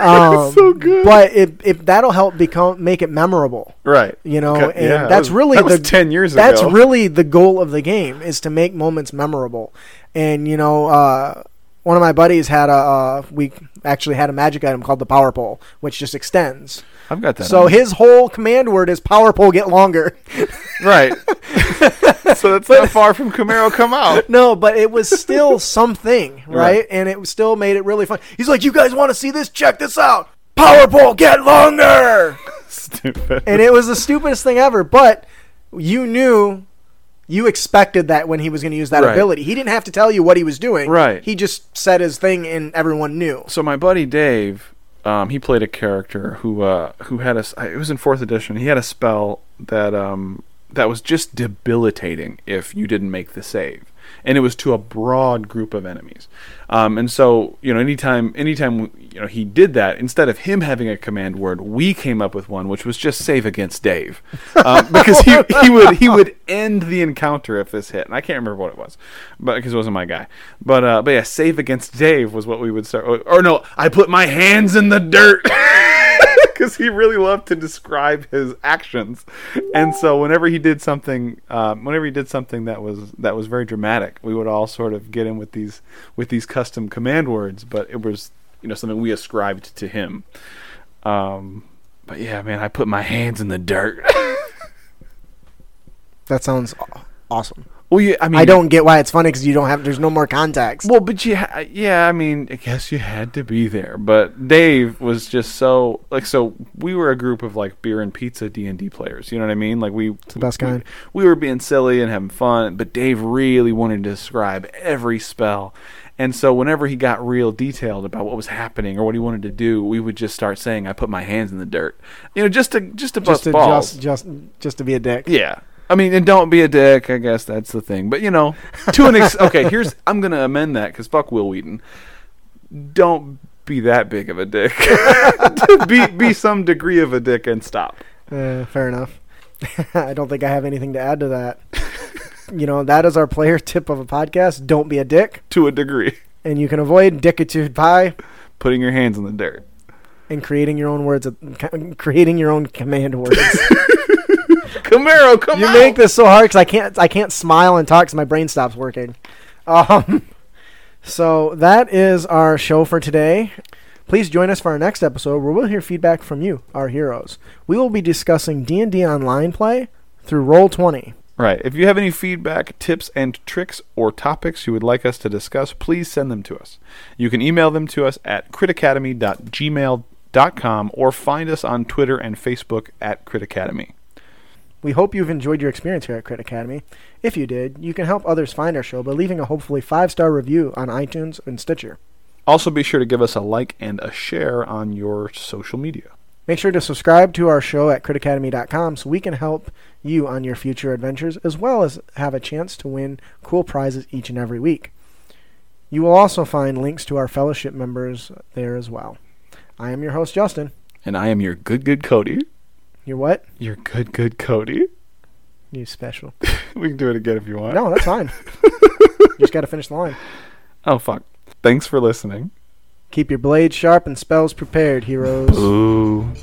um, so good. But it, it that'll help become make it memorable.
Right.
You know,
Okay,
and
yeah, that
that's
was-
really
that
the
was 10 years
That's
ago.
really the goal of the game is to make moments memorable. And you know, uh, one of my buddies had a uh, we actually had a magic item called the power pole, which just extends.
I've got that.
So
on.
his whole command word is power pole get longer.
right. so that's not far from Camaro come out.
No, but it was still something, right?
Right.
And it still made it really fun. He's like, "You guys want to see this? Check this out! Power pole get longer!"
Stupid.
and it was the stupidest thing ever. But you knew, you expected that when he was going to use that
Right.
ability. He didn't have to tell you what he was doing.
Right.
He just said his thing, and everyone knew.
so my buddy Dave, um, he played a character who uh, who had a s- it was in fourth edition. He had a spell that um, that was just debilitating if you didn't make the save, and it was to a broad group of enemies. Um, and so you know, anytime anytime you know he did that, instead of him having a command word, we came up with one which was just save against Dave, um, because he, he would he would end the encounter if this hit, and I can't remember what it was, but because it wasn't my guy. But uh, but yeah, save against Dave was what we would start. Or, or no, I put my hands in the dirt. Because he really loved to describe his actions, and so whenever he did something, um, whenever he did something that was that was very dramatic, we would all sort of get in with these with these custom command words. But it was you know something we ascribed to him. Um, but yeah, man, I put my hands in the dirt.
That sounds aw- awesome.
well, yeah, I mean,
I don't get why it's funny because you don't have. There's no more context.
Well, but you, ha- yeah, I mean, I guess you had to be there. But Dave was just so like, so we were a group of like beer and pizza D and D players. You know what I mean? Like we,
the best
we-
kind.
We, were being silly and having fun, but Dave really wanted to describe every spell. And so whenever he got real detailed about what was happening or what he wanted to do, we would just start saying, "I put my hands in the dirt," you know, just to just to
just
bust
to
balls.
just just just to be a dick.
Yeah. I mean, and don't be a dick. I guess that's the thing. But you know, to an ex- okay, here's I'm gonna amend that because fuck Will Wheaton. Don't be that big of a dick. be be some degree of a dick and stop.
Uh, fair enough. I don't think I have anything to add to that. you know, that is our player tip of a podcast. Don't be a dick,
To a degree,
and you can avoid dickitude pie
putting your hands in the dirt.
and creating your own words, creating your own command words.
Camaro, come
you
on.
make this so hard because I can't I can't smile and talk because my brain stops working. Um, so that is our show for today. Please join us for our next episode where we'll hear feedback from you, our heroes. We will be discussing D and D online play through Roll Twenty.
Right. If you have any feedback, tips, and tricks or topics you would like us to discuss, please send them to us. You can email them to us at critacademy.gmail.com or find us on Twitter and Facebook at critacademy.
We hope you've enjoyed your experience here at Crit Academy. If you did, you can help others find our show by leaving a hopefully five star review on iTunes and Stitcher.
Also, be sure to give us a like and a share on your social media.
Make sure to subscribe to our show at critacademy.com so we can help you on your future adventures as well as have a chance to win cool prizes each and every week. You will also find links to our fellowship members there as well. I am your host, Justin.
And I am your good, good Cody.
You're what?
Your good, good Cody.
You special.
We can do it again if you want.
No, that's fine. you just got to finish the line.
Oh, fuck. Thanks for listening.
Keep your blades sharp and spells prepared, heroes.
Ooh.